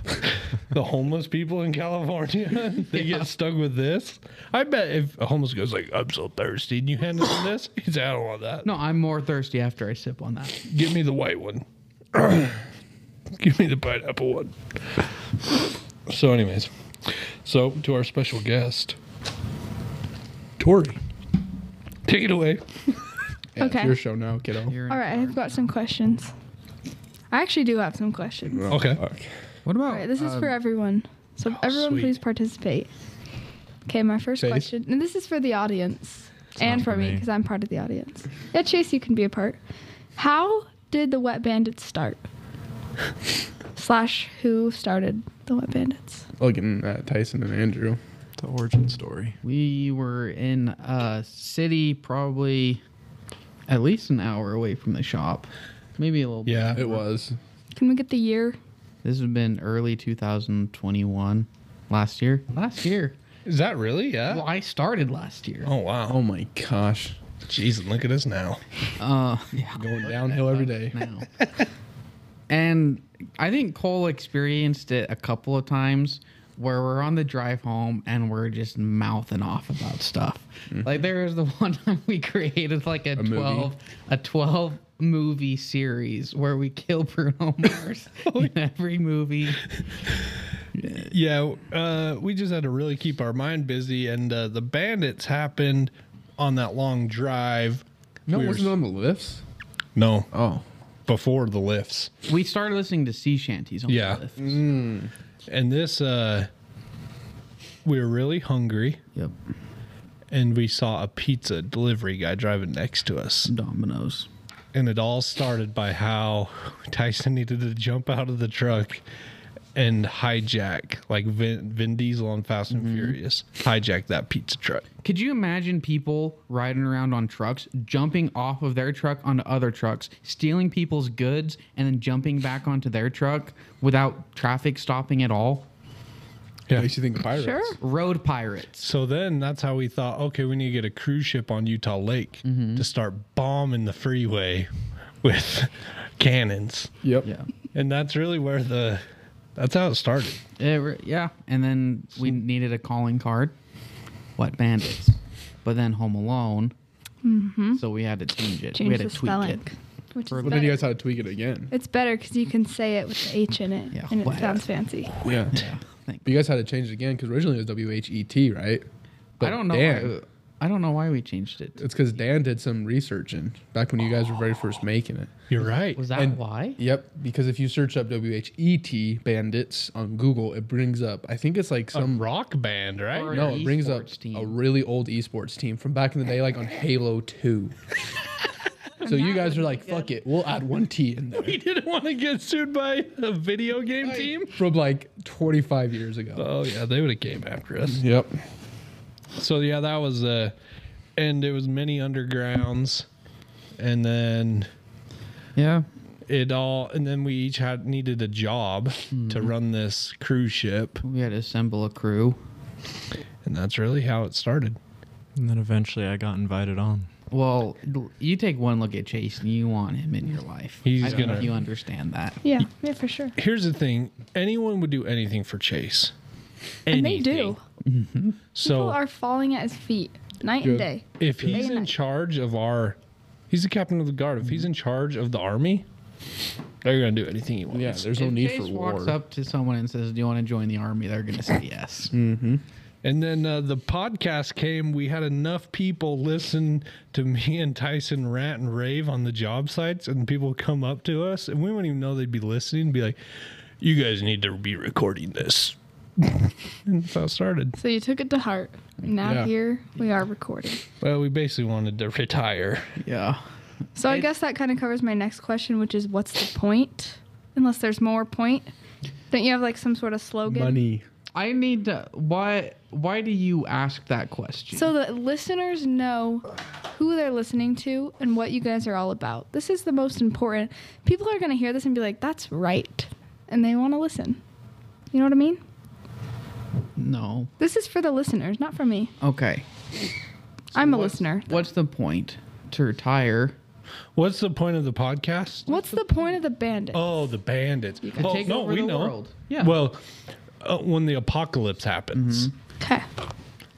[laughs] the homeless people in California, [laughs] they get stuck with this. I bet if a homeless goes like, "I'm so thirsty," and you hand him this, [laughs] he's out on that.
No, I'm more thirsty after I sip on that.
Give me the white one. [clears throat] Give me the pineapple one. so, anyways, so to our special guest, Tori, take it away.
Yeah, it's
Okay.
your show now, kiddo.
You're in
All right, I've got some questions. I actually do have some questions.
Okay.
What about
All right, this is
uh,
for everyone. So everyone,
sweet.
please participate. Okay, my first
Chase?
question, and this is for the audience and
not
for
for
me
me.
because I'm part of the audience. Yeah, Chase, you can be a part. How did the Wet Bandits start? [laughs] Slash, who started the Wet Bandits?
Looking at uh, Tyson and Andrew.
The origin story.
We were in a city, probably at least an hour away from the shop, maybe a little. bit.
Yeah.
It was.
Can we get the year?
This has been early 2021, last year. Last year.
Is that really? Yeah.
Well, I started last year.
Oh wow.
Oh my gosh.
Jeez, and look at us now.
Uh, [laughs] yeah.
Going downhill every day.
now. and I think Cole experienced it a couple of times where we're on the drive home and we're just mouthing off about stuff. Like there was the [laughs] one time we created like a,
movie?
12 a 12 movie series where we kill Bruno [laughs] Mars in every movie.
Yeah, uh, we just had to really keep our mind busy, and uh, the bandits happened on that long drive.
No,
We were-
wasn't it on the lifts?
No,
Oh.
before the lifts.
We started listening to sea shanties on
Yeah.
the lift.
And this, uh, we were really hungry,
Yep.
and we saw a pizza delivery guy driving next to us.
Dominoes.
And it all started by how Tyson needed to jump out of the truck and hijack, like Vin, Vin Diesel on Fast
Mm-hmm.
and Furious, hijack that pizza truck.
Could you imagine people riding around on trucks, jumping off of their truck onto other trucks, stealing people's goods, and then jumping back onto their truck without traffic stopping at all?
Yeah.
Makes you think pirates.
Sure.
Road pirates.
So then that's how we thought, okay, we need to get a cruise ship on Utah Lake
Mm-hmm.
to start bombing the freeway with cannons.
Yep.
Yeah.
And that's really where the that's how it started.
It re- yeah. And then we needed a calling card. What bandits? But then Home Alone. So we had to change it. we
Change
had to
the
tweak
spelling.
it.
Which is
But
But then you
better.
guys had to tweak it again.
It's better because you can say it with the H in it,
Yeah,
and it
wet.
sounds fancy.
Yeah.
Yeah. Thank
But you guys had to change it again because originally it was W H E T, right? But
I don't know.
damn,
why- I don't know why we changed it.
It's because Dan did some research in back when you guys were very first making it.
You're right.
Was that
And-
why?
Yep, because if you search up WHET bandits on Google, it brings up I think it's like
a
some
rock band, right?
Or-
no, it brings up
esports team.
a really old esports team from back in the day, like on Halo
[laughs]
Two. so you guys are like, fuck it, we'll add one T in
[laughs]
there
[laughs] He didn't want to get sued by a video game team.
from like 25 years ago.
Uh,
Oh yeah, they would have came after us.
Yep.
So yeah, that was uh and it was many undergrounds and then
Yeah.
it all and then we each had needed a job to run this cruise ship
We had to assemble a crew.
and that's really how it started.
And then eventually I got invited on.
Well, l- you take one look at Chase and you want him in your life.
He's
I don't know
gonna-
if you understand that.
Yeah, yeah, for sure.
Here's the thing, anyone would do anything for Chase.
And they do.
So
People are falling at his feet night and day.
if he's
and
in
night.
charge of our he's the captain of the guard. If he's in charge of the army, they're going to do anything he wants.
Yeah, there's no
If
need
Chase
for
walks
war.
up to someone and says, "Do you want to join the army?" They're gonna say [laughs] yes.
And then uh, the podcast came. We had enough people listen to me [laughs] and Tyson rant and rave on the job sites, and people come up to us, and we wouldn't even know they'd be listening. And be like, "You guys need to be recording this." [laughs] and that's how it started.
So you took it to heart. Now
Yeah.
here we are recording.
Well, we basically wanted to retire.
Yeah.
So I guess that kind of covers my next question, which is what's the point? Unless there's more point. Don't you have like some sort of slogan?
Money.
I need to. Why? Why do you ask that question?
So that listeners know who they're listening to and what you guys are all about. This is the most important. People are going to hear this and be like, that's right. And they want to listen. You know what I mean?
no.
This is for the listeners, not for me.
Okay.
I'm a listener.
What's the point to retire?
What's the point of the podcast?
What's the point of the bandit?
Oh, the bandits!
can
oh
take over the world. Yeah. Mm-hmm.
Well, uh, when the apocalypse happens,
Okay.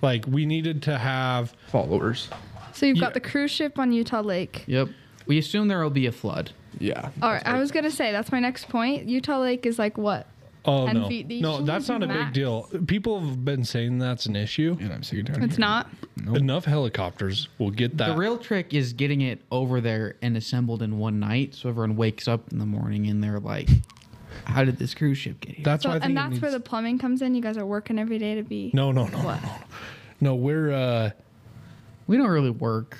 like we needed to have
Followers.
So you've got
Yeah.
the cruise ship on Utah Lake.
Yep. We assume there will be a flood.
Yeah.
All right. I was going to say, that's my next point. Utah Lake is like what?
Oh
10
no,
feet deep.
no, that's not a big
Max.
deal. People have been saying that's an issue.
And I'm sick and tired.
It's not.
Enough helicopters will get that.
The real trick is getting it over there and assembled in one night, so everyone wakes up in the morning and they're like, "How did this cruise ship get here?"
that's
So,
why I think
and
it
that's where the
needs-
plumbing comes in. You guys are working every day to be.
no, no, no, no,
What?
no, no. We're uh,
we don't really work.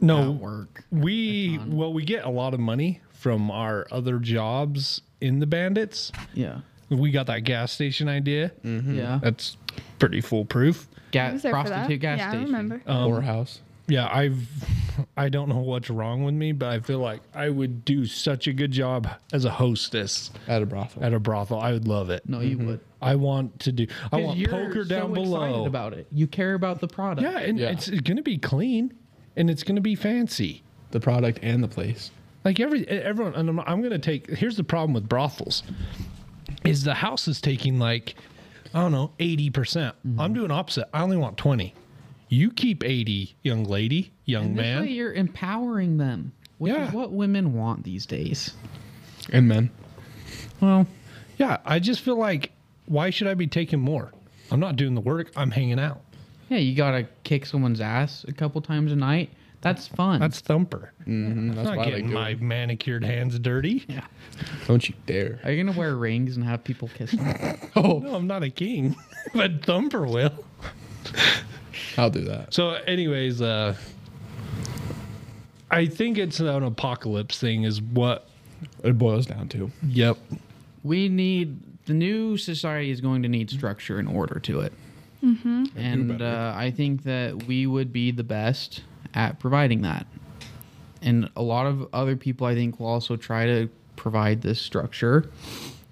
no
Not work.
We well, we get a lot of money from our other jobs in the bandits.
Yeah.
We got that gas station idea.
Yeah.
That's pretty foolproof.
I was
Gas
there for that.
prostitute gas
yeah,
station.
I remember.
Um,
Poorhouse.
Yeah, I've I don't know what's wrong with me, but I feel like I would do such a good job as a hostess
At a brothel.
at a brothel. I would love it.
No, you would.
I want to do. Mm-hmm. I
'Cause
want
you're
poker
so
down below.
Excited about it. You care about the product.
yeah, and
Yeah.
it's gonna be clean, and it's gonna be fancy.
the product and the place.
Like every everyone, and I'm, I'm gonna take. Here's the problem with brothels, is the house is taking like, I don't know, eighty percent.
Mm-hmm.
I'm doing opposite. I only want twenty. You keep eighty, young lady, young
This
man.
way you're empowering them, which
Yeah.
is what women want these days.
And men.
Well,
Yeah, I just feel like why should I be taking more? I'm not doing the work. I'm hanging out.
yeah, you gotta kick someone's ass a couple times a night. That's fun.
That's thumper.
And Mm-hmm. that's
I'm
why
not
I like
getting
doing
my manicured hands dirty.
yeah.
it. Don't you dare.
Are you gonna wear rings and have people kiss? you?
[laughs] Oh, no, I'm not a king, [laughs] but thumper will.
I'll do that.
So, anyways, uh, I think it's an apocalypse thing, is what.
It boils down to.
Yep.
we need the new society is going to need structure and order to it. Mm-hmm. And uh, I think that we would be the best at providing that. And a lot of other people, I think, will also try to provide this structure.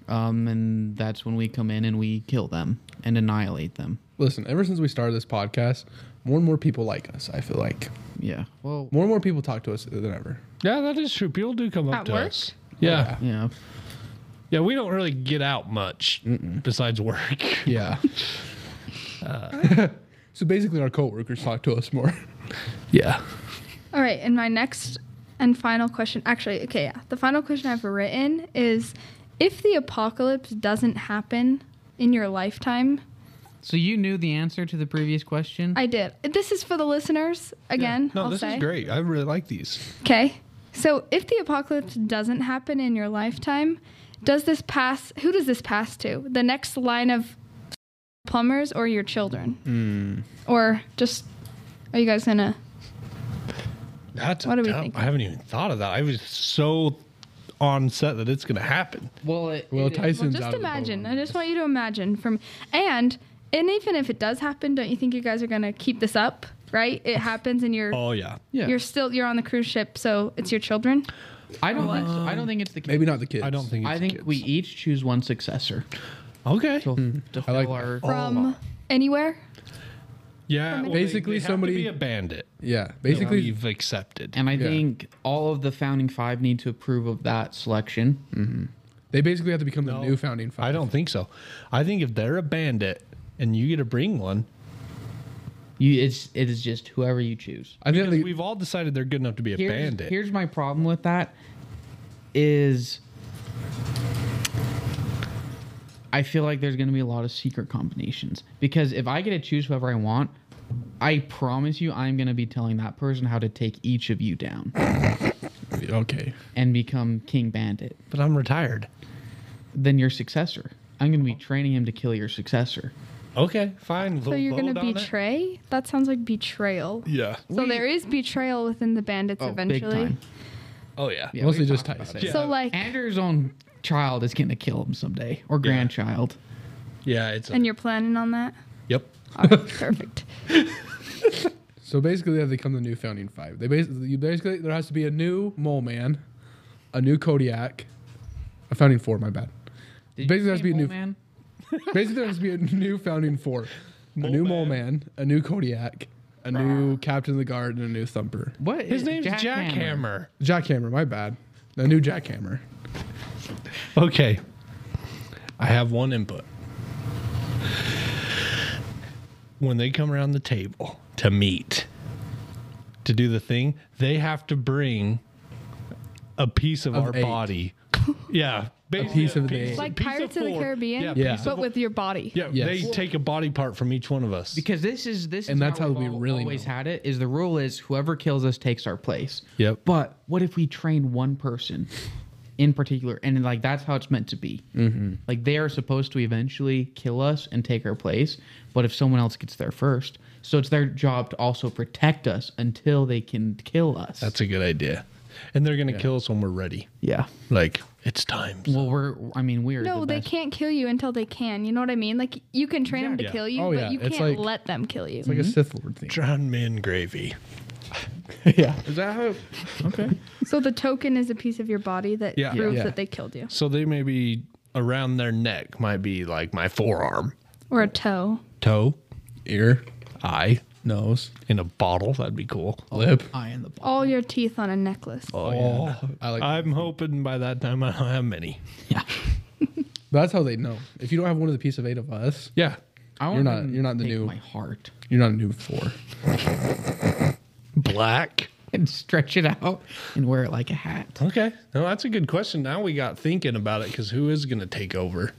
Um, and that's when we come in and we kill them and annihilate them.
Listen, ever since we started this podcast, more and more people like us, I feel like.
Yeah. Well,
More and more people talk to us than ever.
Yeah, that is true. People do come up
At
to
work?
us. Yeah.
yeah.
Yeah, we don't really get out much besides work. [laughs]
Yeah. [laughs] so basically, our coworkers talk to us more.
Yeah.
All right, and my next and final question, actually, okay, yeah, the final question I've written is, if the apocalypse doesn't happen in your lifetime,
So you knew the answer to the previous question.
I did. This is for the listeners again.
No,
I'll
this
say.
is [laughs] great. I really like these.
Okay. So if the apocalypse doesn't happen in your lifetime, does this pass who does this pass to? The next line of plumbers or your children?
Hmm.
Or just are you guys gonna
That's
What do we
dumb-
think?
I haven't even thought of that. I was so on set that it's going to happen.
well, it,
Well,
it is-
Tyson's out
just
of the boat
imagine.
on
I just want you to imagine from and and even if it does happen, don't you think you guys are gonna keep this up? Right? It happens and you're
Oh yeah.
yeah.
you're still you're on the cruise ship, so it's your children.
I don't. think so. I don't think it's the case.
Maybe not the kids.
I don't think. It's
I
the
think
kids.
we each choose one successor
Okay.
to, to
I like
fill
that.
our.
From anywhere?
Yeah. well,
Basically,
they, they
somebody-
have to be a bandit.
Yeah,
Basically,
basically,
we've accepted.
And I think all of the founding five need to approve of that selection.
they basically have to become the new founding five.
I don't think so. I think if they're a bandit and you get to bring one,
You, it's it is just whoever you choose.
I think
because
they-
we've all decided they're good enough to be a
here's,
bandit.
Here's my problem with that is I feel like there's going to be a lot of secret combinations because if I get to choose whoever I want, I promise you I'm going to be telling that person how to take each of you down
okay.
and become king bandit.
but I'm retired.
Then your successor. I'm going to be training him to kill your successor.
Okay, fine.
So you're gonna betray? That sounds like betrayal.
Yeah.
So there is betrayal within the bandits eventually.
big time.
Oh yeah.
Yeah,
Mostly
we
just
talked about
Tyson.
it.
So like
Andrew's own child is going to kill him someday or grandchild.
Yeah. It's. A,
and you're planning on that?
yep.
All right, perfect.
So basically, they have to become the new founding five. They basically, you basically, there has to be a new mole man, a new Kodiak, a founding four. My bad. [laughs]
Did you
Basically,
say
has to be a
mole
new-
man.
Basically, there has to be a new founding four, a new mole man, a new Kodiak, a new captain of the guard, and a new thumper.
What is-
His name's Jackhammer.
Jackhammer. My bad. A new jackhammer.
Okay. I have one input. When they come around the table to meet, to do the thing, they have to bring a piece of,
Of
our
eight. [laughs]
body. Yeah. basically
piece of the eight.
Like
piece
Pirates of the
four.
Caribbean,
Yeah.
Yeah.
piece
but
of-
with your body.
yeah
Yes.
They take a body part from each one of us.
because this is this
And
is
that's how
we've
we
al-
really
always
know.
had it is the rule is whoever kills us takes our place
Yep.
but what if we train one person in particular and like that's how it's meant to be mm-hmm. like they are supposed to eventually kill us and take our place but if someone else gets there first so it's their job to also protect us until they can kill us
That's a good idea. And they're going to kill us when we're ready.
yeah
Like, it's time.
well we're i mean we're
No,
the
they
best.
can't kill you until they can. You know what I mean? Like you can train them to
Yeah.
kill you,
Oh,
but
yeah,
you
it's
can't
like-
let them kill you.
It's like a Sith Lord thing.
Drown me in gravy.
yeah.
is that how
Okay.
so the token is a piece of your body that
Yeah.
proves
Yeah.
that they killed you,
So they may be around their neck, might be like my forearm,
or a toe.
toe,
Ear,
eye,
nose,
in a bottle. That'd be cool.
lip.
i in the
[laughs]
ball
All your teeth on a necklace.
Oh,
I like.
I'm hoping by that time I don't have many.
yeah
that's how they know. If you don't have one of the piece of eight of us,
Yeah.
I
You're
want
not-
them to
you're not the
take
new-
my heart
you're not a new four.
Black.
and stretch it out and wear it like a hat
Okay. No, that's a good question. Now we got thinking about it because who is going to take over?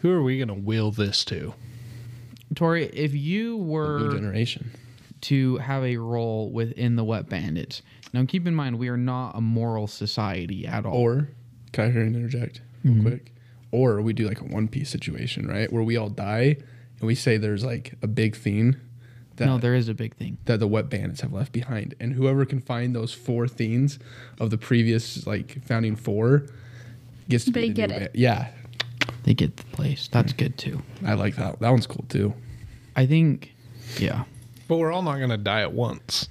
Who are we going to will this to?
Tori, if you
New
were
generation.
to have a role within the Wet Bandits, now keep in mind we are not a moral society at all.
Or can I hear and interject real quick? Or we do like a One Piece situation, right, where we all die and we say there's like a big theme that
no, there is a big thing.
that the wet bandits have left behind, and whoever can find those four themes of the previous like founding four gets to
They
be the
get
new
it.
ba- yeah,
They get the place. That's good too.
I like that. That one's cool too.
I think, yeah.
But we're all not going to die at once.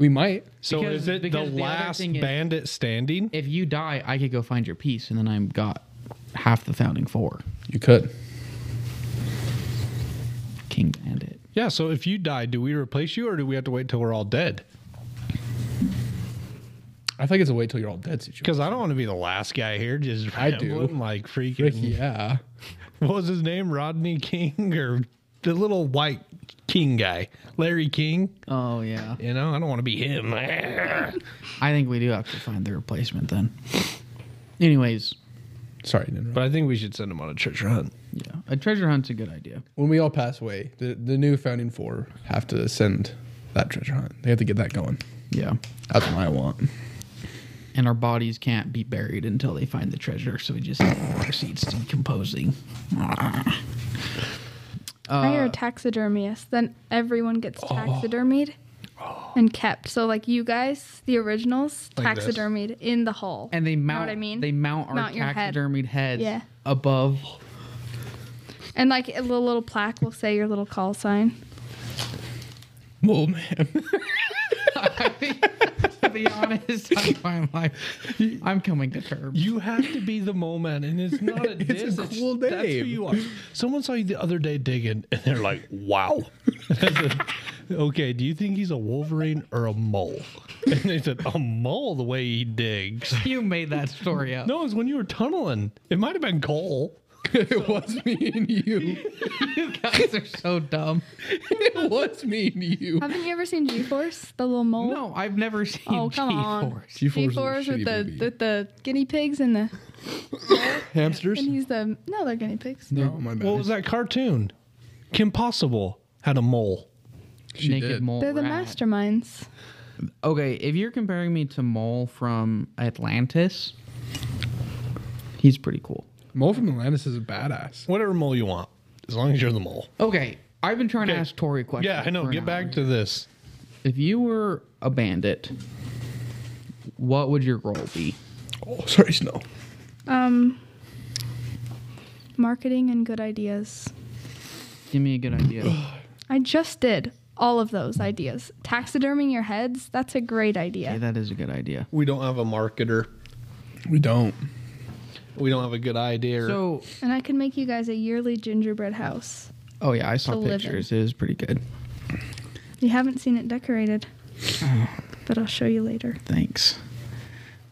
We might.
So
Because-
is it the
because the other
last
thing is-
bandit standing?
If you die, I could go find your piece, and then I'm got half the founding four.
You could.
King Bandit.
Yeah. So if you die, do we replace you or do we have to wait till we're all dead?
I think it's a wait till you're all dead situation.
Because I don't want to be the last guy here. Just
I do.
rambling, like freaking.
[laughs] Yeah.
What was his name? Rodney King or the little white King guy, Larry King.
Oh yeah.
You know, I don't want to be him. [laughs]
I think we do have to find the replacement then. Anyways,
Sorry. to interrupt.
but I think we should send him on a church hunt.
Yeah, a treasure hunt's a good idea.
When we all pass away, the, the new founding four have to send that treasure hunt. They have to get that going.
Yeah,
That's what I want.
and our bodies can't be buried until they find the treasure, so it just proceeds to decomposing.
Hire a taxidermist, then everyone gets taxidermied and kept. So like you guys, the originals,
Like this.
taxidermied in the hall.
And they mount.
Know what I mean?
They mount our
Mount your head.
taxidermied heads
Yeah.
above. [laughs]
And like a little, little plaque will say your little call sign.
Well, man. [laughs]
to be honest, I find like I'm coming to terms.
You have to be the mole man, and it's not
[laughs]
a diss.
a cool
That's who
name.
you are. Someone saw you the other day digging, and they're like, "Wow." [laughs] okay, do you think he's a Wolverine or a mole? [laughs] And they said, "A mole, the way he digs."
You made that story up.
No, it was when you were tunneling. It might have been coal. [laughs]
it was me and you.
[laughs] You guys are so dumb.
It was me and you.
Haven't you ever seen G-force? The little mole.
No, I've never seen
Oh come on.
G-force.
G-force is a
G-force
shitty
with the
movie.
with the guinea pigs and the
Hamsters?
and he's the no they're guinea pigs.
No, my bad.
What was that cartoon? Kim Possible had a mole.
She
Naked
did.
mole.
They're the
rat.
masterminds.
Okay, if you're comparing me to Mole from Atlantis, he's pretty cool.
Mole from Atlantis is a badass.
Whatever mole you want, as long as you're the mole.
Okay, I've been trying to
Okay.
ask Tori a question.
Yeah, I know.
for an
Get back
hour.
to this.
If you were a bandit, what would your role be?
Oh, sorry, Snow.
Um marketing and good ideas.
Give me a good [sighs] idea.
I just did all of those ideas. Taxiderming your heads, that's a great idea.
Okay, that is a good idea.
We don't have a marketer.
We don't.
We don't have a good idea.
So,
And I can make you guys a yearly gingerbread house.
oh yeah, I
To
saw
live in.
pictures. It was pretty good.
You haven't seen
[sighs]
it decorated, but I'll show you later.
Thanks.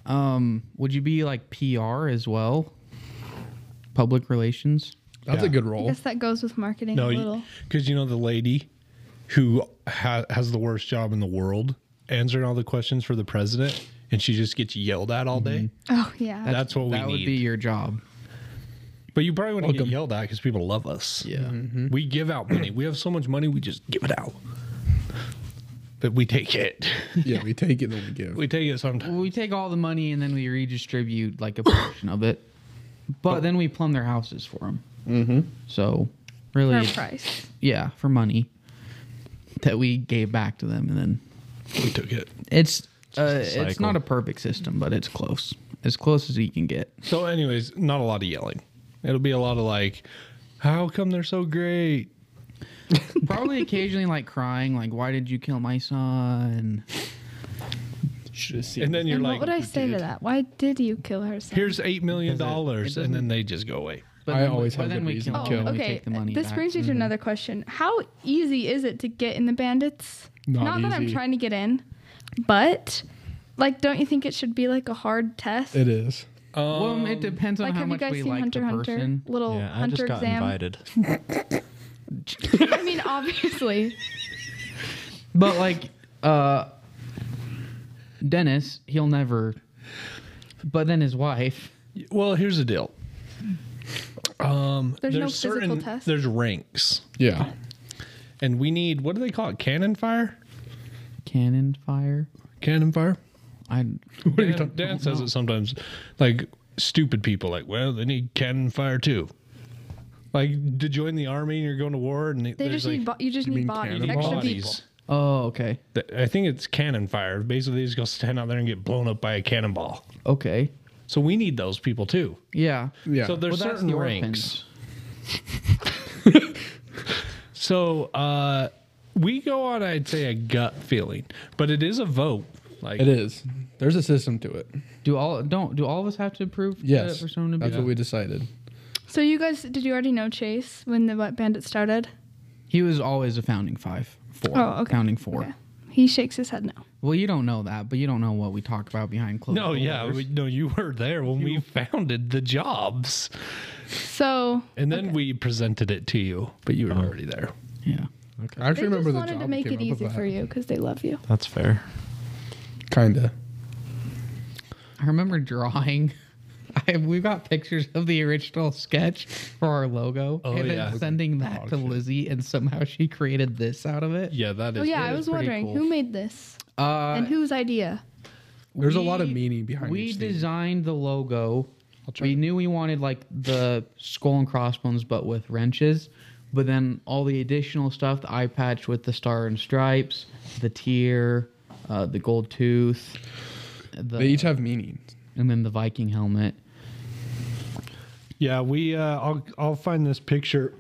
Um, would you be like PR as well? Public relations?
That's a
Yeah.
good
I [laughs]
role.
guess that goes with marketing
No,
a little.
because you know the lady who ha- has the worst job in the world answering all the questions for the president, and she just gets yelled at all day.
Oh, yeah.
That's what we
Mm-hmm. that would
need.
be your job.
but you probably wouldn't get yelled at because people love us.
Yeah.
we give out money. We have so much money, we just give it out. But we take it. [laughs]
Yeah, we take it and we give.
we take it sometimes.
We take all the money and then we redistribute like a portion of it, but then we plumb their houses for them. Mm-hmm. So, really,
Fair
it's-
price.
yeah, for money that we gave back to them, and then
We took it.
it's uh,
Just a
it's
cycle.
not a perfect system, but it's close, as close as you can get. [laughs]
So, anyways, not a lot of yelling. It'll be a lot of like, how come they're so great?
Probably occasionally like crying, like why did you kill my son?
Should have seen.
And then you're
and
like,
what would I say to
"Dude,
that? Why did you kill her son?
Here's eight million dollars,
it
and then they just go away.
But
I
then-
always
but
have
then
good
we
reason to
kill
oh,
them and we
okay.
take the money
this
back.
brings me to another question. How easy is it to get in the bandits?
Not
that I'm
easy.
trying to get in, but like, don't you think it should be like a hard test?
It is.
well, it depends on
Um, like,
how
have you
much
guys
we
seen
like
Hunter
the
x Hunter?
person.
Little
Yeah, I
Hunter
just got
exam.
invited.
[laughs] I mean, obviously.
But like uh Dennis, he'll never but then his wife.
Well, here's the deal. Um,
There's no physical test?
There's ranks,
[laughs] Yeah.
and we need what do they call it? Cannon fire.
Cannon fire.
Cannon fire.
I
What Dan, Dan says it sometimes, like stupid people. Like, well, they need cannon fire too. Like to join the army, and you're going to war, and
They just need bo- you just need bodies,
cannibal?
extra
bodies.
Oh, okay.
Th- I think it's cannon fire. Basically, they just go stand out there and get blown up by a cannonball.
Okay.
So we need those people too.
Yeah.
Yeah.
So there's
Well, that's
certain
the
ranks. so uh, we go on, I'd say, a gut feeling, but it is a vote. Like
It is. There's a system to it.
Do all don't do all of us have to approve
Yes.
uh, for someone to
That's
be
what we decided.
people. So you guys, did you already know Chase when the Wet Bandit started?
He was always a founding five. Four.
Oh, okay.
Founding four.
Okay. He shakes his head no.
Well, you don't know that, but you don't know what we talk about behind closed
no, yeah,
doors.
we, no, you were there when we founded the jobs,
So
and then we presented it to you, but you were already there.
yeah.
I
they
actually
just
remember the
wanted
job
to make
came
it
up with
easy
that.
for you because they love you.
That's fair.
Kinda.
I remember drawing. [laughs] I we've got pictures of the original sketch for our logo,
Oh,
and
yeah.
then sending that
Oh,
to
shit.
Lizzie, and somehow she created this out of it.
Yeah, that is.
Oh yeah, I
is
was
pretty
wondering
cool.
who made this
Uh,
and whose idea.
There's a
we-
lot of meaning behind
We
each thing.
designed the logo.
try
We knew we wanted like the skull and crossbones, but with wrenches. But then all the additional stuff: the eye patch with the star and stripes, the tear, uh, the gold tooth, the,
They each have meaning.
and then the Viking helmet.
Yeah, we. Uh, I'll I'll find this picture.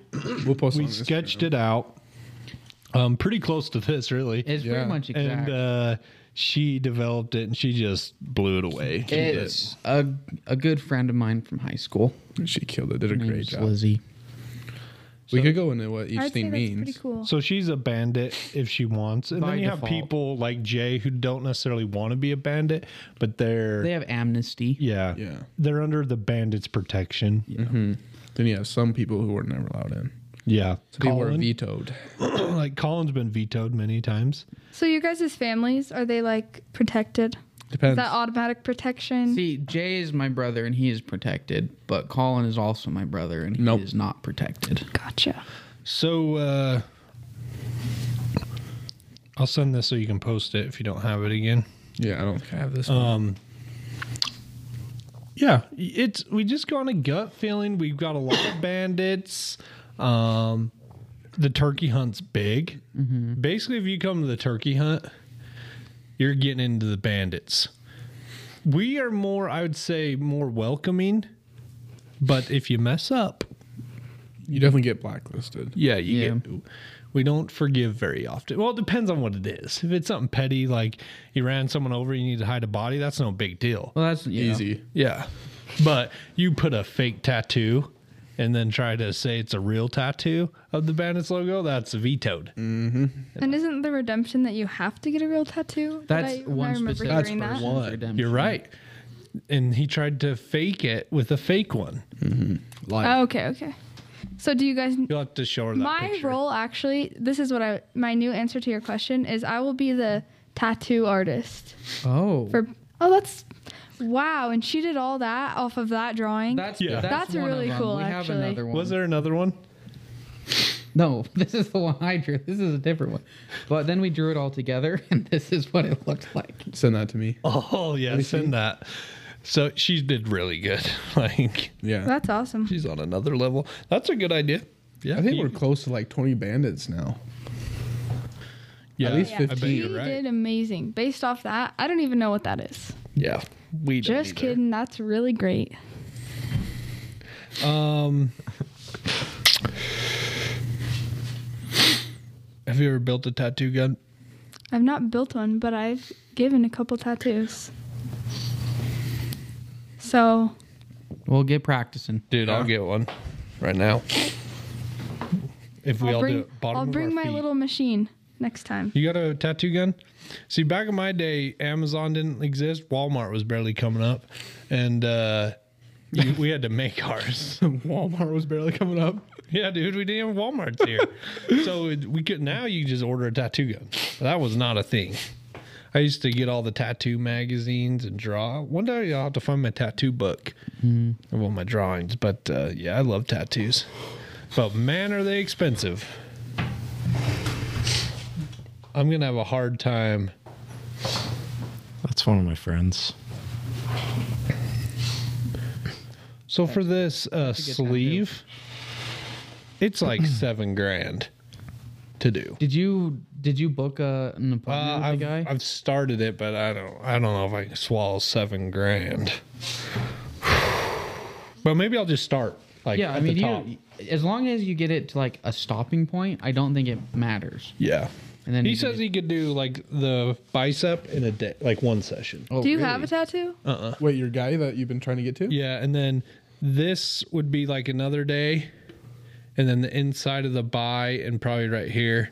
We'll post.
we
on Instagram.
sketched it out. Um, pretty close to this, really.
It's
Yeah.
pretty much exact.
and uh, she developed it, and she just blew it away. She did.
it's a a good friend of mine from high school.
She killed it. Did a
Her
great
name's
job.
Lizzie.
we could go into what each
I'd say
thing
that's
means.
pretty cool.
So she's a bandit if she wants, and
By
then you have
default.
people like Jay who don't necessarily want to be a bandit, but they're
They have amnesty.
yeah
Yeah.
they're under the bandit's protection. Yeah,
Hmm. Then you have some people who were never allowed in. People were
Colin,
vetoed.
[clears throat] like Colin's been vetoed many times.
So your guys' families are they like protected? Is
Depends.
that automatic protection?
See, Jay is my brother and he is protected, but Colin is also my brother and he
Nope.
is not protected.
Gotcha.
So uh, I'll send this so you can post it if you don't have it again.
yeah, I don't think I have this.
Um, yeah, it's we just go on a gut feeling. We've got a lot of [coughs] bandits. Um, the turkey hunt's big. Basically, if you come to the turkey hunt, you're getting into the bandits. We are more, I would say, more welcoming. But if you mess up,
you definitely get blacklisted.
yeah, you
Yeah.
get. We don't forgive very often. Well, it depends on what it is. If it's something petty, like you ran someone over, you need to hide a body. That's no big deal.
Well, that's you know,
Easy.
Yeah. But you put a fake tattoo and then try to say it's a real tattoo of the bandits logo, that's vetoed.
And isn't the redemption that you have to get a real tattoo? Did
That's
I- I
one
remember
specific
hearing that.
person's redemption.
You're right. And he tried to fake it with a fake one.
Uh,
Oh, okay, okay. So do you guys?
You'll have to show her that
My
picture.
role actually, this is what I my new answer to your question is. I will be the tattoo artist
Oh,
for. Oh, that's wow! And she did all that off of that drawing.
that's
Yeah.
That's
one of
really
them.
cool,
We
actually.
have another one.
Was there another one? [laughs]
No, [laughs] this is the one I drew. This is a different one. But then we drew it all together, [laughs] and this is what it looked like.
Send that to me.
Oh, yeah, send that. So she did really good. [laughs] Like
Yeah.
that's awesome.
she's on another level. That's a good idea. Yeah,
I think we're close to like 20 bandits now.
yeah,
at least
I bet
15.
She
you're right.
did amazing. Based off that, I don't even know what that is.
Yeah, we don't
Just
either.
kidding. That's really great.
Um, have you ever built a tattoo gun?
I've not built one, but I've given a couple tattoos. So
We'll get practicing.
Dude, I'll get one right now. If we
I'll
all do
bring,
it, bottom
I'll
of
bring
our
my
feet.
little machine next time.
You got a tattoo gun? See, back in my day, Amazon didn't exist. Walmart was barely coming up, and uh, [laughs] you, we had to make ours.
Walmart was barely coming up.
yeah, dude, we didn't have Walmart's here, so it- we could now. You just order a tattoo gun. That was not a thing. I used to get all the tattoo magazines and draw. One day I'll have to find my tattoo book of all my drawings. But uh, yeah, I love tattoos. But man, are they expensive! I'm gonna have a hard time.
That's one of my friends.
So for this uh, sleeve, it's like seven grand to do.
Did you did you book a, an
Uh,
appointment
I've,
with the guy?
I've started it, but I don't I don't know if I can swallow seven grand. [sighs] but maybe I'll just start like
yeah,
at
I mean,
the top.
you, as long as you get it to like a stopping point, I don't think it matters.
yeah.
And then
He
you can
says he could do like the bicep in a day, like one session.
Oh,
Do you
really?
have a tattoo?
Uh,
Wait, your guy that you've been trying to get to?
Yeah, and then this would be like another day, and then the inside of the buy and probably right here,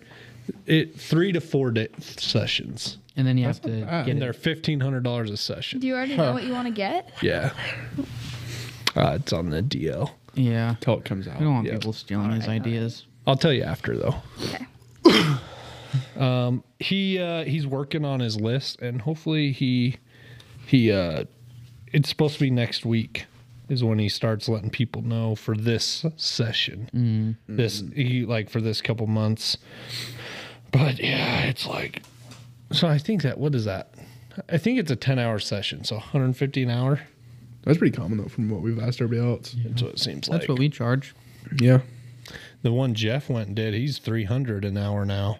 it three to four day sessions,
And then you have to
bad.
get
and
it.
they're fifteen hundred dollars a session.
Do you already know what you want
[laughs]
to get?
Yeah, uh, it's on the DL.
Yeah.
Till it comes out.
I don't want
Yeah.
people stealing his ideas.
I'll tell you after though. [coughs]
Okay.
He uh, he's working on his list, and hopefully he he uh, it's supposed to be next week. is when he starts letting people know for this session.
Mm-hmm.
This he like for this couple months. But yeah, it's like so I think that what is that? I think it's a 10 hour session, so 150 an hour.
That's pretty common though, from what we've asked everybody else.
That's what it seems
That's
like.
what we charge.
Yeah,
the one Jeff went and did, he's 300 an hour now.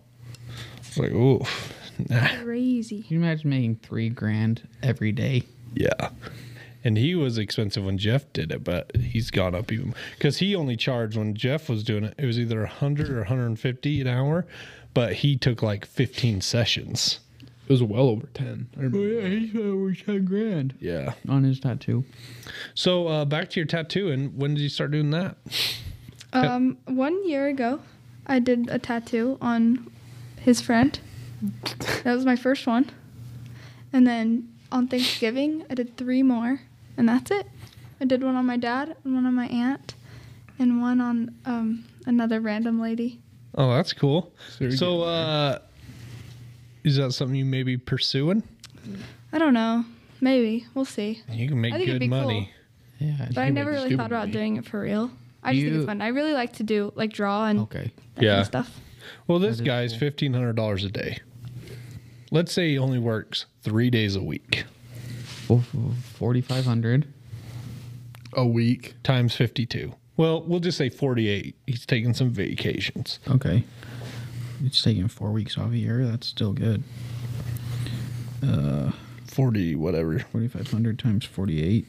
It's like, ooh. Nah.
Crazy.
Can you imagine making three grand every day?
Yeah. And he was expensive when Jeff did it, but he's gone up even because he only charged when Jeff was doing it. It was either 100 or 150 an hour, but he took like 15 sessions.
it was well over ten. I remember.
Oh,
he's over ten grand
Yeah.
on his tattoo.
So uh, back to your tattoo, and when did you start doing that?
[laughs]
Um, one year ago, I did a tattoo on his friend. That was my first one. And then on Thanksgiving, I did three more, and that's it. I did one on my dad, and one on my aunt, and one on um, another random lady.
Oh, that's cool.
you're
So, uh, is that something you may be pursuing?
I don't know. Maybe we'll see.
You can make
I think it'd
good
be cool.
money.
Yeah,
But I never really thought about doing it for real. I just think
You-
it's fun. I really like to do like draw and
Okay,
that kind
Yeah.
of stuff.
Well, this guy's $1,500 a day. Let's say he only works three days a week.
forty five hundred.
A week.
times 52. Well, we'll just say 48. He's taking some vacations.
Okay, it's taking four weeks off a year. That's still good.
40, whatever.
Forty five hundred times forty eight.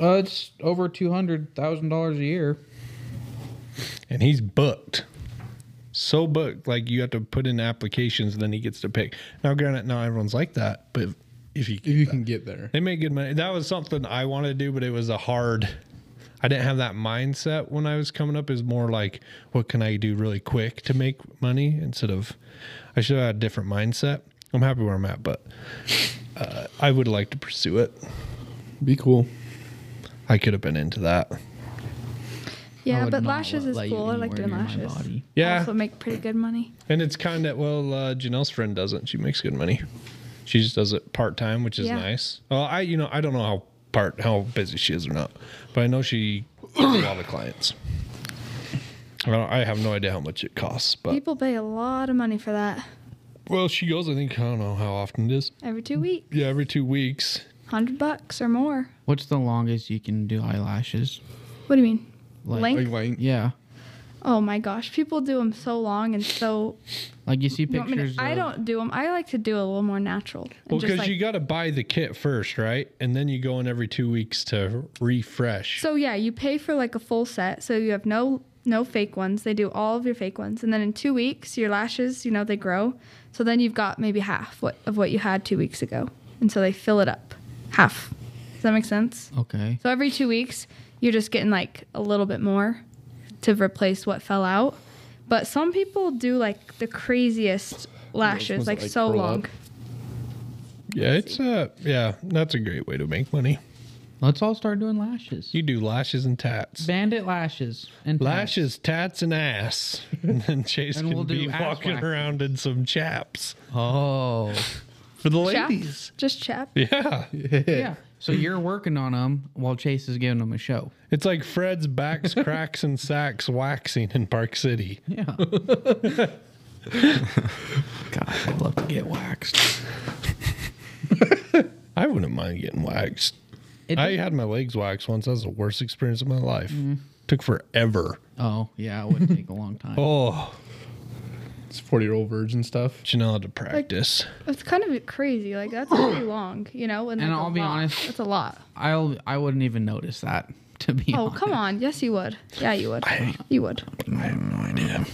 Uh, it's over two hundred thousand dollars a year.
And he's booked. So booked. Like you have to put in applications, then he gets to pick. Now, granted, not everyone's like that, but if you,
If you can get there,
they make good money. That was something I wanted to do, but it was a hard. I didn't have that mindset when I was coming up. Is more like, what can I do really quick to make money instead of, I should have had a different mindset. I'm happy where I'm at, but uh, I would like to pursue it.
be cool.
I could have been into that.
I
Yeah,
would
but
not
lashes
let-
is
let you
cool. I like
anywhere
doing
near my
lashes.
body.
Yeah.
also make pretty good money.
And it's kind of, well, uh, Janelle's friend doesn't. She makes good money. She just does it part time, which is
Yeah.
nice. Well, I, you know, I don't know how part, how busy she is or not, but I know she has a lot of clients. I, don't, I have no idea how much it costs, but
People pay a lot of money for that
well, she goes, I think, I don't know how often it is.
every two weeks,
Yeah, every two weeks.
hundred bucks or more.
What's the longest you can do eyelashes?
What do you mean?
Like-
Length?
Like, like
Yeah,
Oh my gosh, people do them so long and so.
like you see
You want me to-
pictures.
I
of-
don't do them. I like to do a little more natural. and
Well,
just
because
like-
you got to buy the kit first, right? And then you go in every two weeks to refresh.
So yeah, you pay for like a full set, so you have no no fake ones. They do all of your fake ones, and then in two weeks, your lashes, you know, they grow. So then you've got maybe half what of what you had two weeks ago, and so they fill it up, half. Does that make sense?
Okay.
So every two weeks, you're just getting like a little bit more to replace what fell out. But some people do like the craziest
ones
lashes,
that,
like,
like,
so
curl
long.
up.
yeah, it's uh, yeah, that's a great way to make money.
Let's all start doing lashes.
You do lashes and tats.
Bandit lashes and tats.
Lashes, tats, and ass. [laughs] And then Chase
And
can
we'll
be
do ass
walking
whack.
around in some chaps
Oh,
for the
Chap?
ladies.
Just chap.
Yeah.
yeah. So you're working on them while Chase is giving them a show.
It's like
[laughs]
Fred's backs, cracks, and sacks waxing in Park City.
Yeah.
Gosh, I'd love to get waxed.
I wouldn't mind getting waxed.
It-
I had my legs waxed once. That was the worst experience of my life.
Mm-hmm.
Took forever.
oh, yeah. [laughs] It would take a long time.
Oh,
it's forty year old virgin stuff.
Janelle had to practice.
It's kind of crazy. Like
[coughs]
that's pretty long, you know.
And
like, a
I'll be
lot.
honest-
that's a lot.
I'll. I wouldn't even notice that. To be.
Oh
honest.
come on! Yes, you would. Yeah, you would. [laughs] You would.
I have no idea.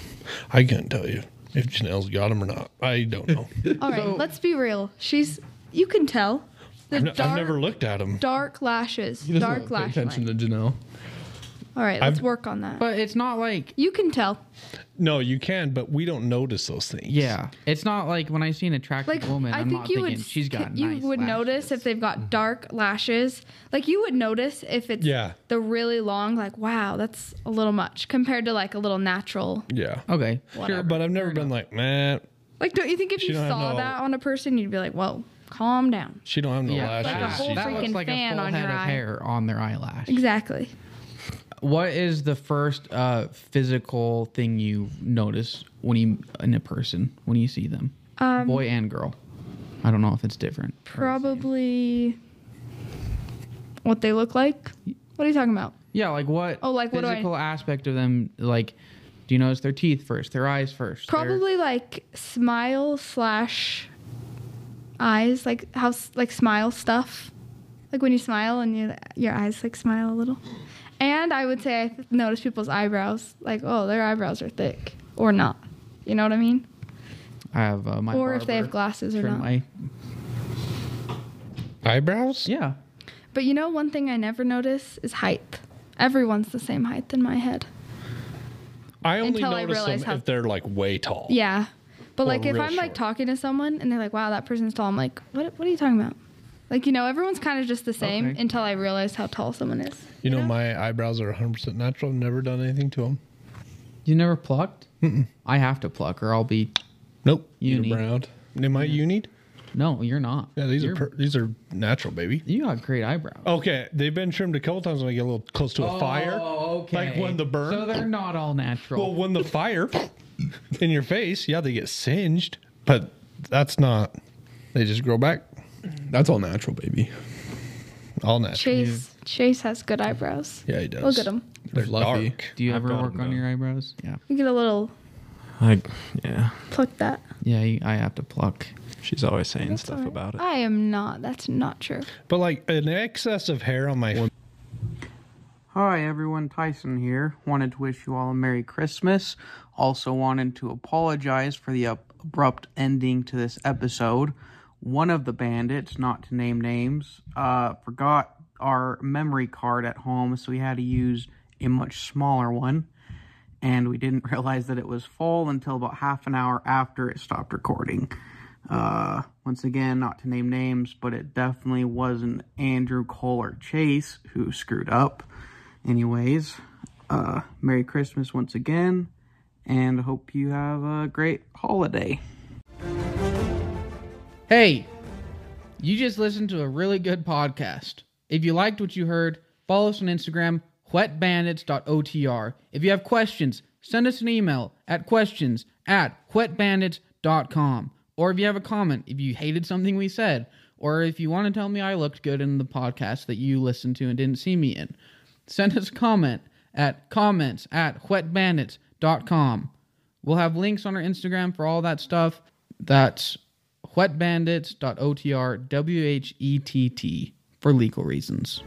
I couldn't tell you if Janelle's got them or not. I don't
[laughs]
know.
All right, let's be real. She's. You can tell. The
I've, n-
dark,
I've never looked at them.
dark lashes.
He doesn't
Dark
pay
lash
attention
line.
to Janelle.
All right, let's
I've-
work on that.
But it's not like.
you can tell.
No, you can, but we don't notice those things.
Yeah. It's not like when I see an attractive
Like
woman.
I
I'm
think
not
you
thinking
would.
she's got.
You
nice
would notice if
lashes."
they've got dark lashes. Like you would notice if it's
Yeah.
the really long. Like wow, that's a little much compared to like a little natural.
Yeah.
Okay.
Whatever.
But I've never been like, man,
Like don't you think if
She
you
don't have
saw
no-
that on a person, you'd be like, whoa,
calm down.
She don't have no
Yeah,
Like a
lashes.
whole
She-
that looks
freaking
like a
fan
full
on
head
your
of
eye.
hair on their
[laughs]
eyelash.
Exactly.
What is the first uh, physical thing you notice when you in a person when you see them,
Um,
boy and girl? I don't know if it's different.
Probably what they look like. What are you talking about?
Yeah, like what?
Oh, like what do I-
physical aspect of them? Like, do you notice their teeth first, their eyes first? their-
Probably like smile slash eyes, like how s- like smile stuff, like when you smile and your your eyes like smile a little. And I would say I th- notice people's eyebrows, like oh their eyebrows are thick or not, you know what I mean?
I have uh, my.
or if they have
barber
glasses or
trim
not.
My,
Eyebrows?
yeah,
But you know one thing I never notice is height. Everyone's the same height in my head.
I only
Until I
notice
realize
them
how-
if they're like way tall.
Yeah. But
Or
like if
real
I'm like
short.
talking to someone and they're like, "Wow, that person's tall," I'm like, "What? What are you talking about?" Like you know, everyone's kind of just the same
Okay.
until I realize how tall someone is.
You know, my eyebrows are 100% natural. I've never done anything to them.
you never plucked. I have to pluck, or I'll be.
Nope.
Uni.
You're brown. Am I unied?
No, you're not.
Yeah, these
You're-
are per- these are natural, baby.
You got great eyebrows.
Okay, they've been trimmed a couple times when I get a little close to a fire.
Oh, okay.
Like when the burn.
So they're not all natural.
[laughs] Well, when the fire [laughs] in your face, yeah, they get singed, but that's not. They just grow back
That's all natural, baby.
all natural.
Chase Chase has good eyebrows.
Yeah, he does.
Look at him.
They're fluffy.
Dark.
Do you
I've
ever
got
work
'em
on
done.
your eyebrows? Yeah.
You get a little
I, yeah,
pluck that.
Yeah, you- I have to pluck.
she's always saying
That's
stuff
all right.
about it.
I am not. That's not true.
But like an excess of hair on my
Hi everyone, Tyson here. Wanted to wish you all a Merry Christmas. Also, wanted to apologize for the ab- abrupt ending to this episode. One of the bandits, not to name names, uh, forgot our memory card at home, so we had to use a much smaller one. And we didn't [laughs] realize that it was full until about half an hour after it stopped recording. Uh, once again, not to name names, but it definitely wasn't Andrew Cole or Chase who screwed up. Anyways, uh, Merry Christmas once again, and hope you have a great holiday.
Hey, you just listened to a really good podcast. If you liked what you heard, follow us on Instagram, whetbandits.otr. If you have questions, send us an email at questions at whetbandits.com. Or if you have a comment, if you hated something we said, or if you want to tell me I looked good in the podcast that you listened to and didn't see me in, send us a comment at comments at whetbandits.com. We'll have links on our Instagram for all that stuff. That's whetbandits.otr, W H E T T, for legal reasons.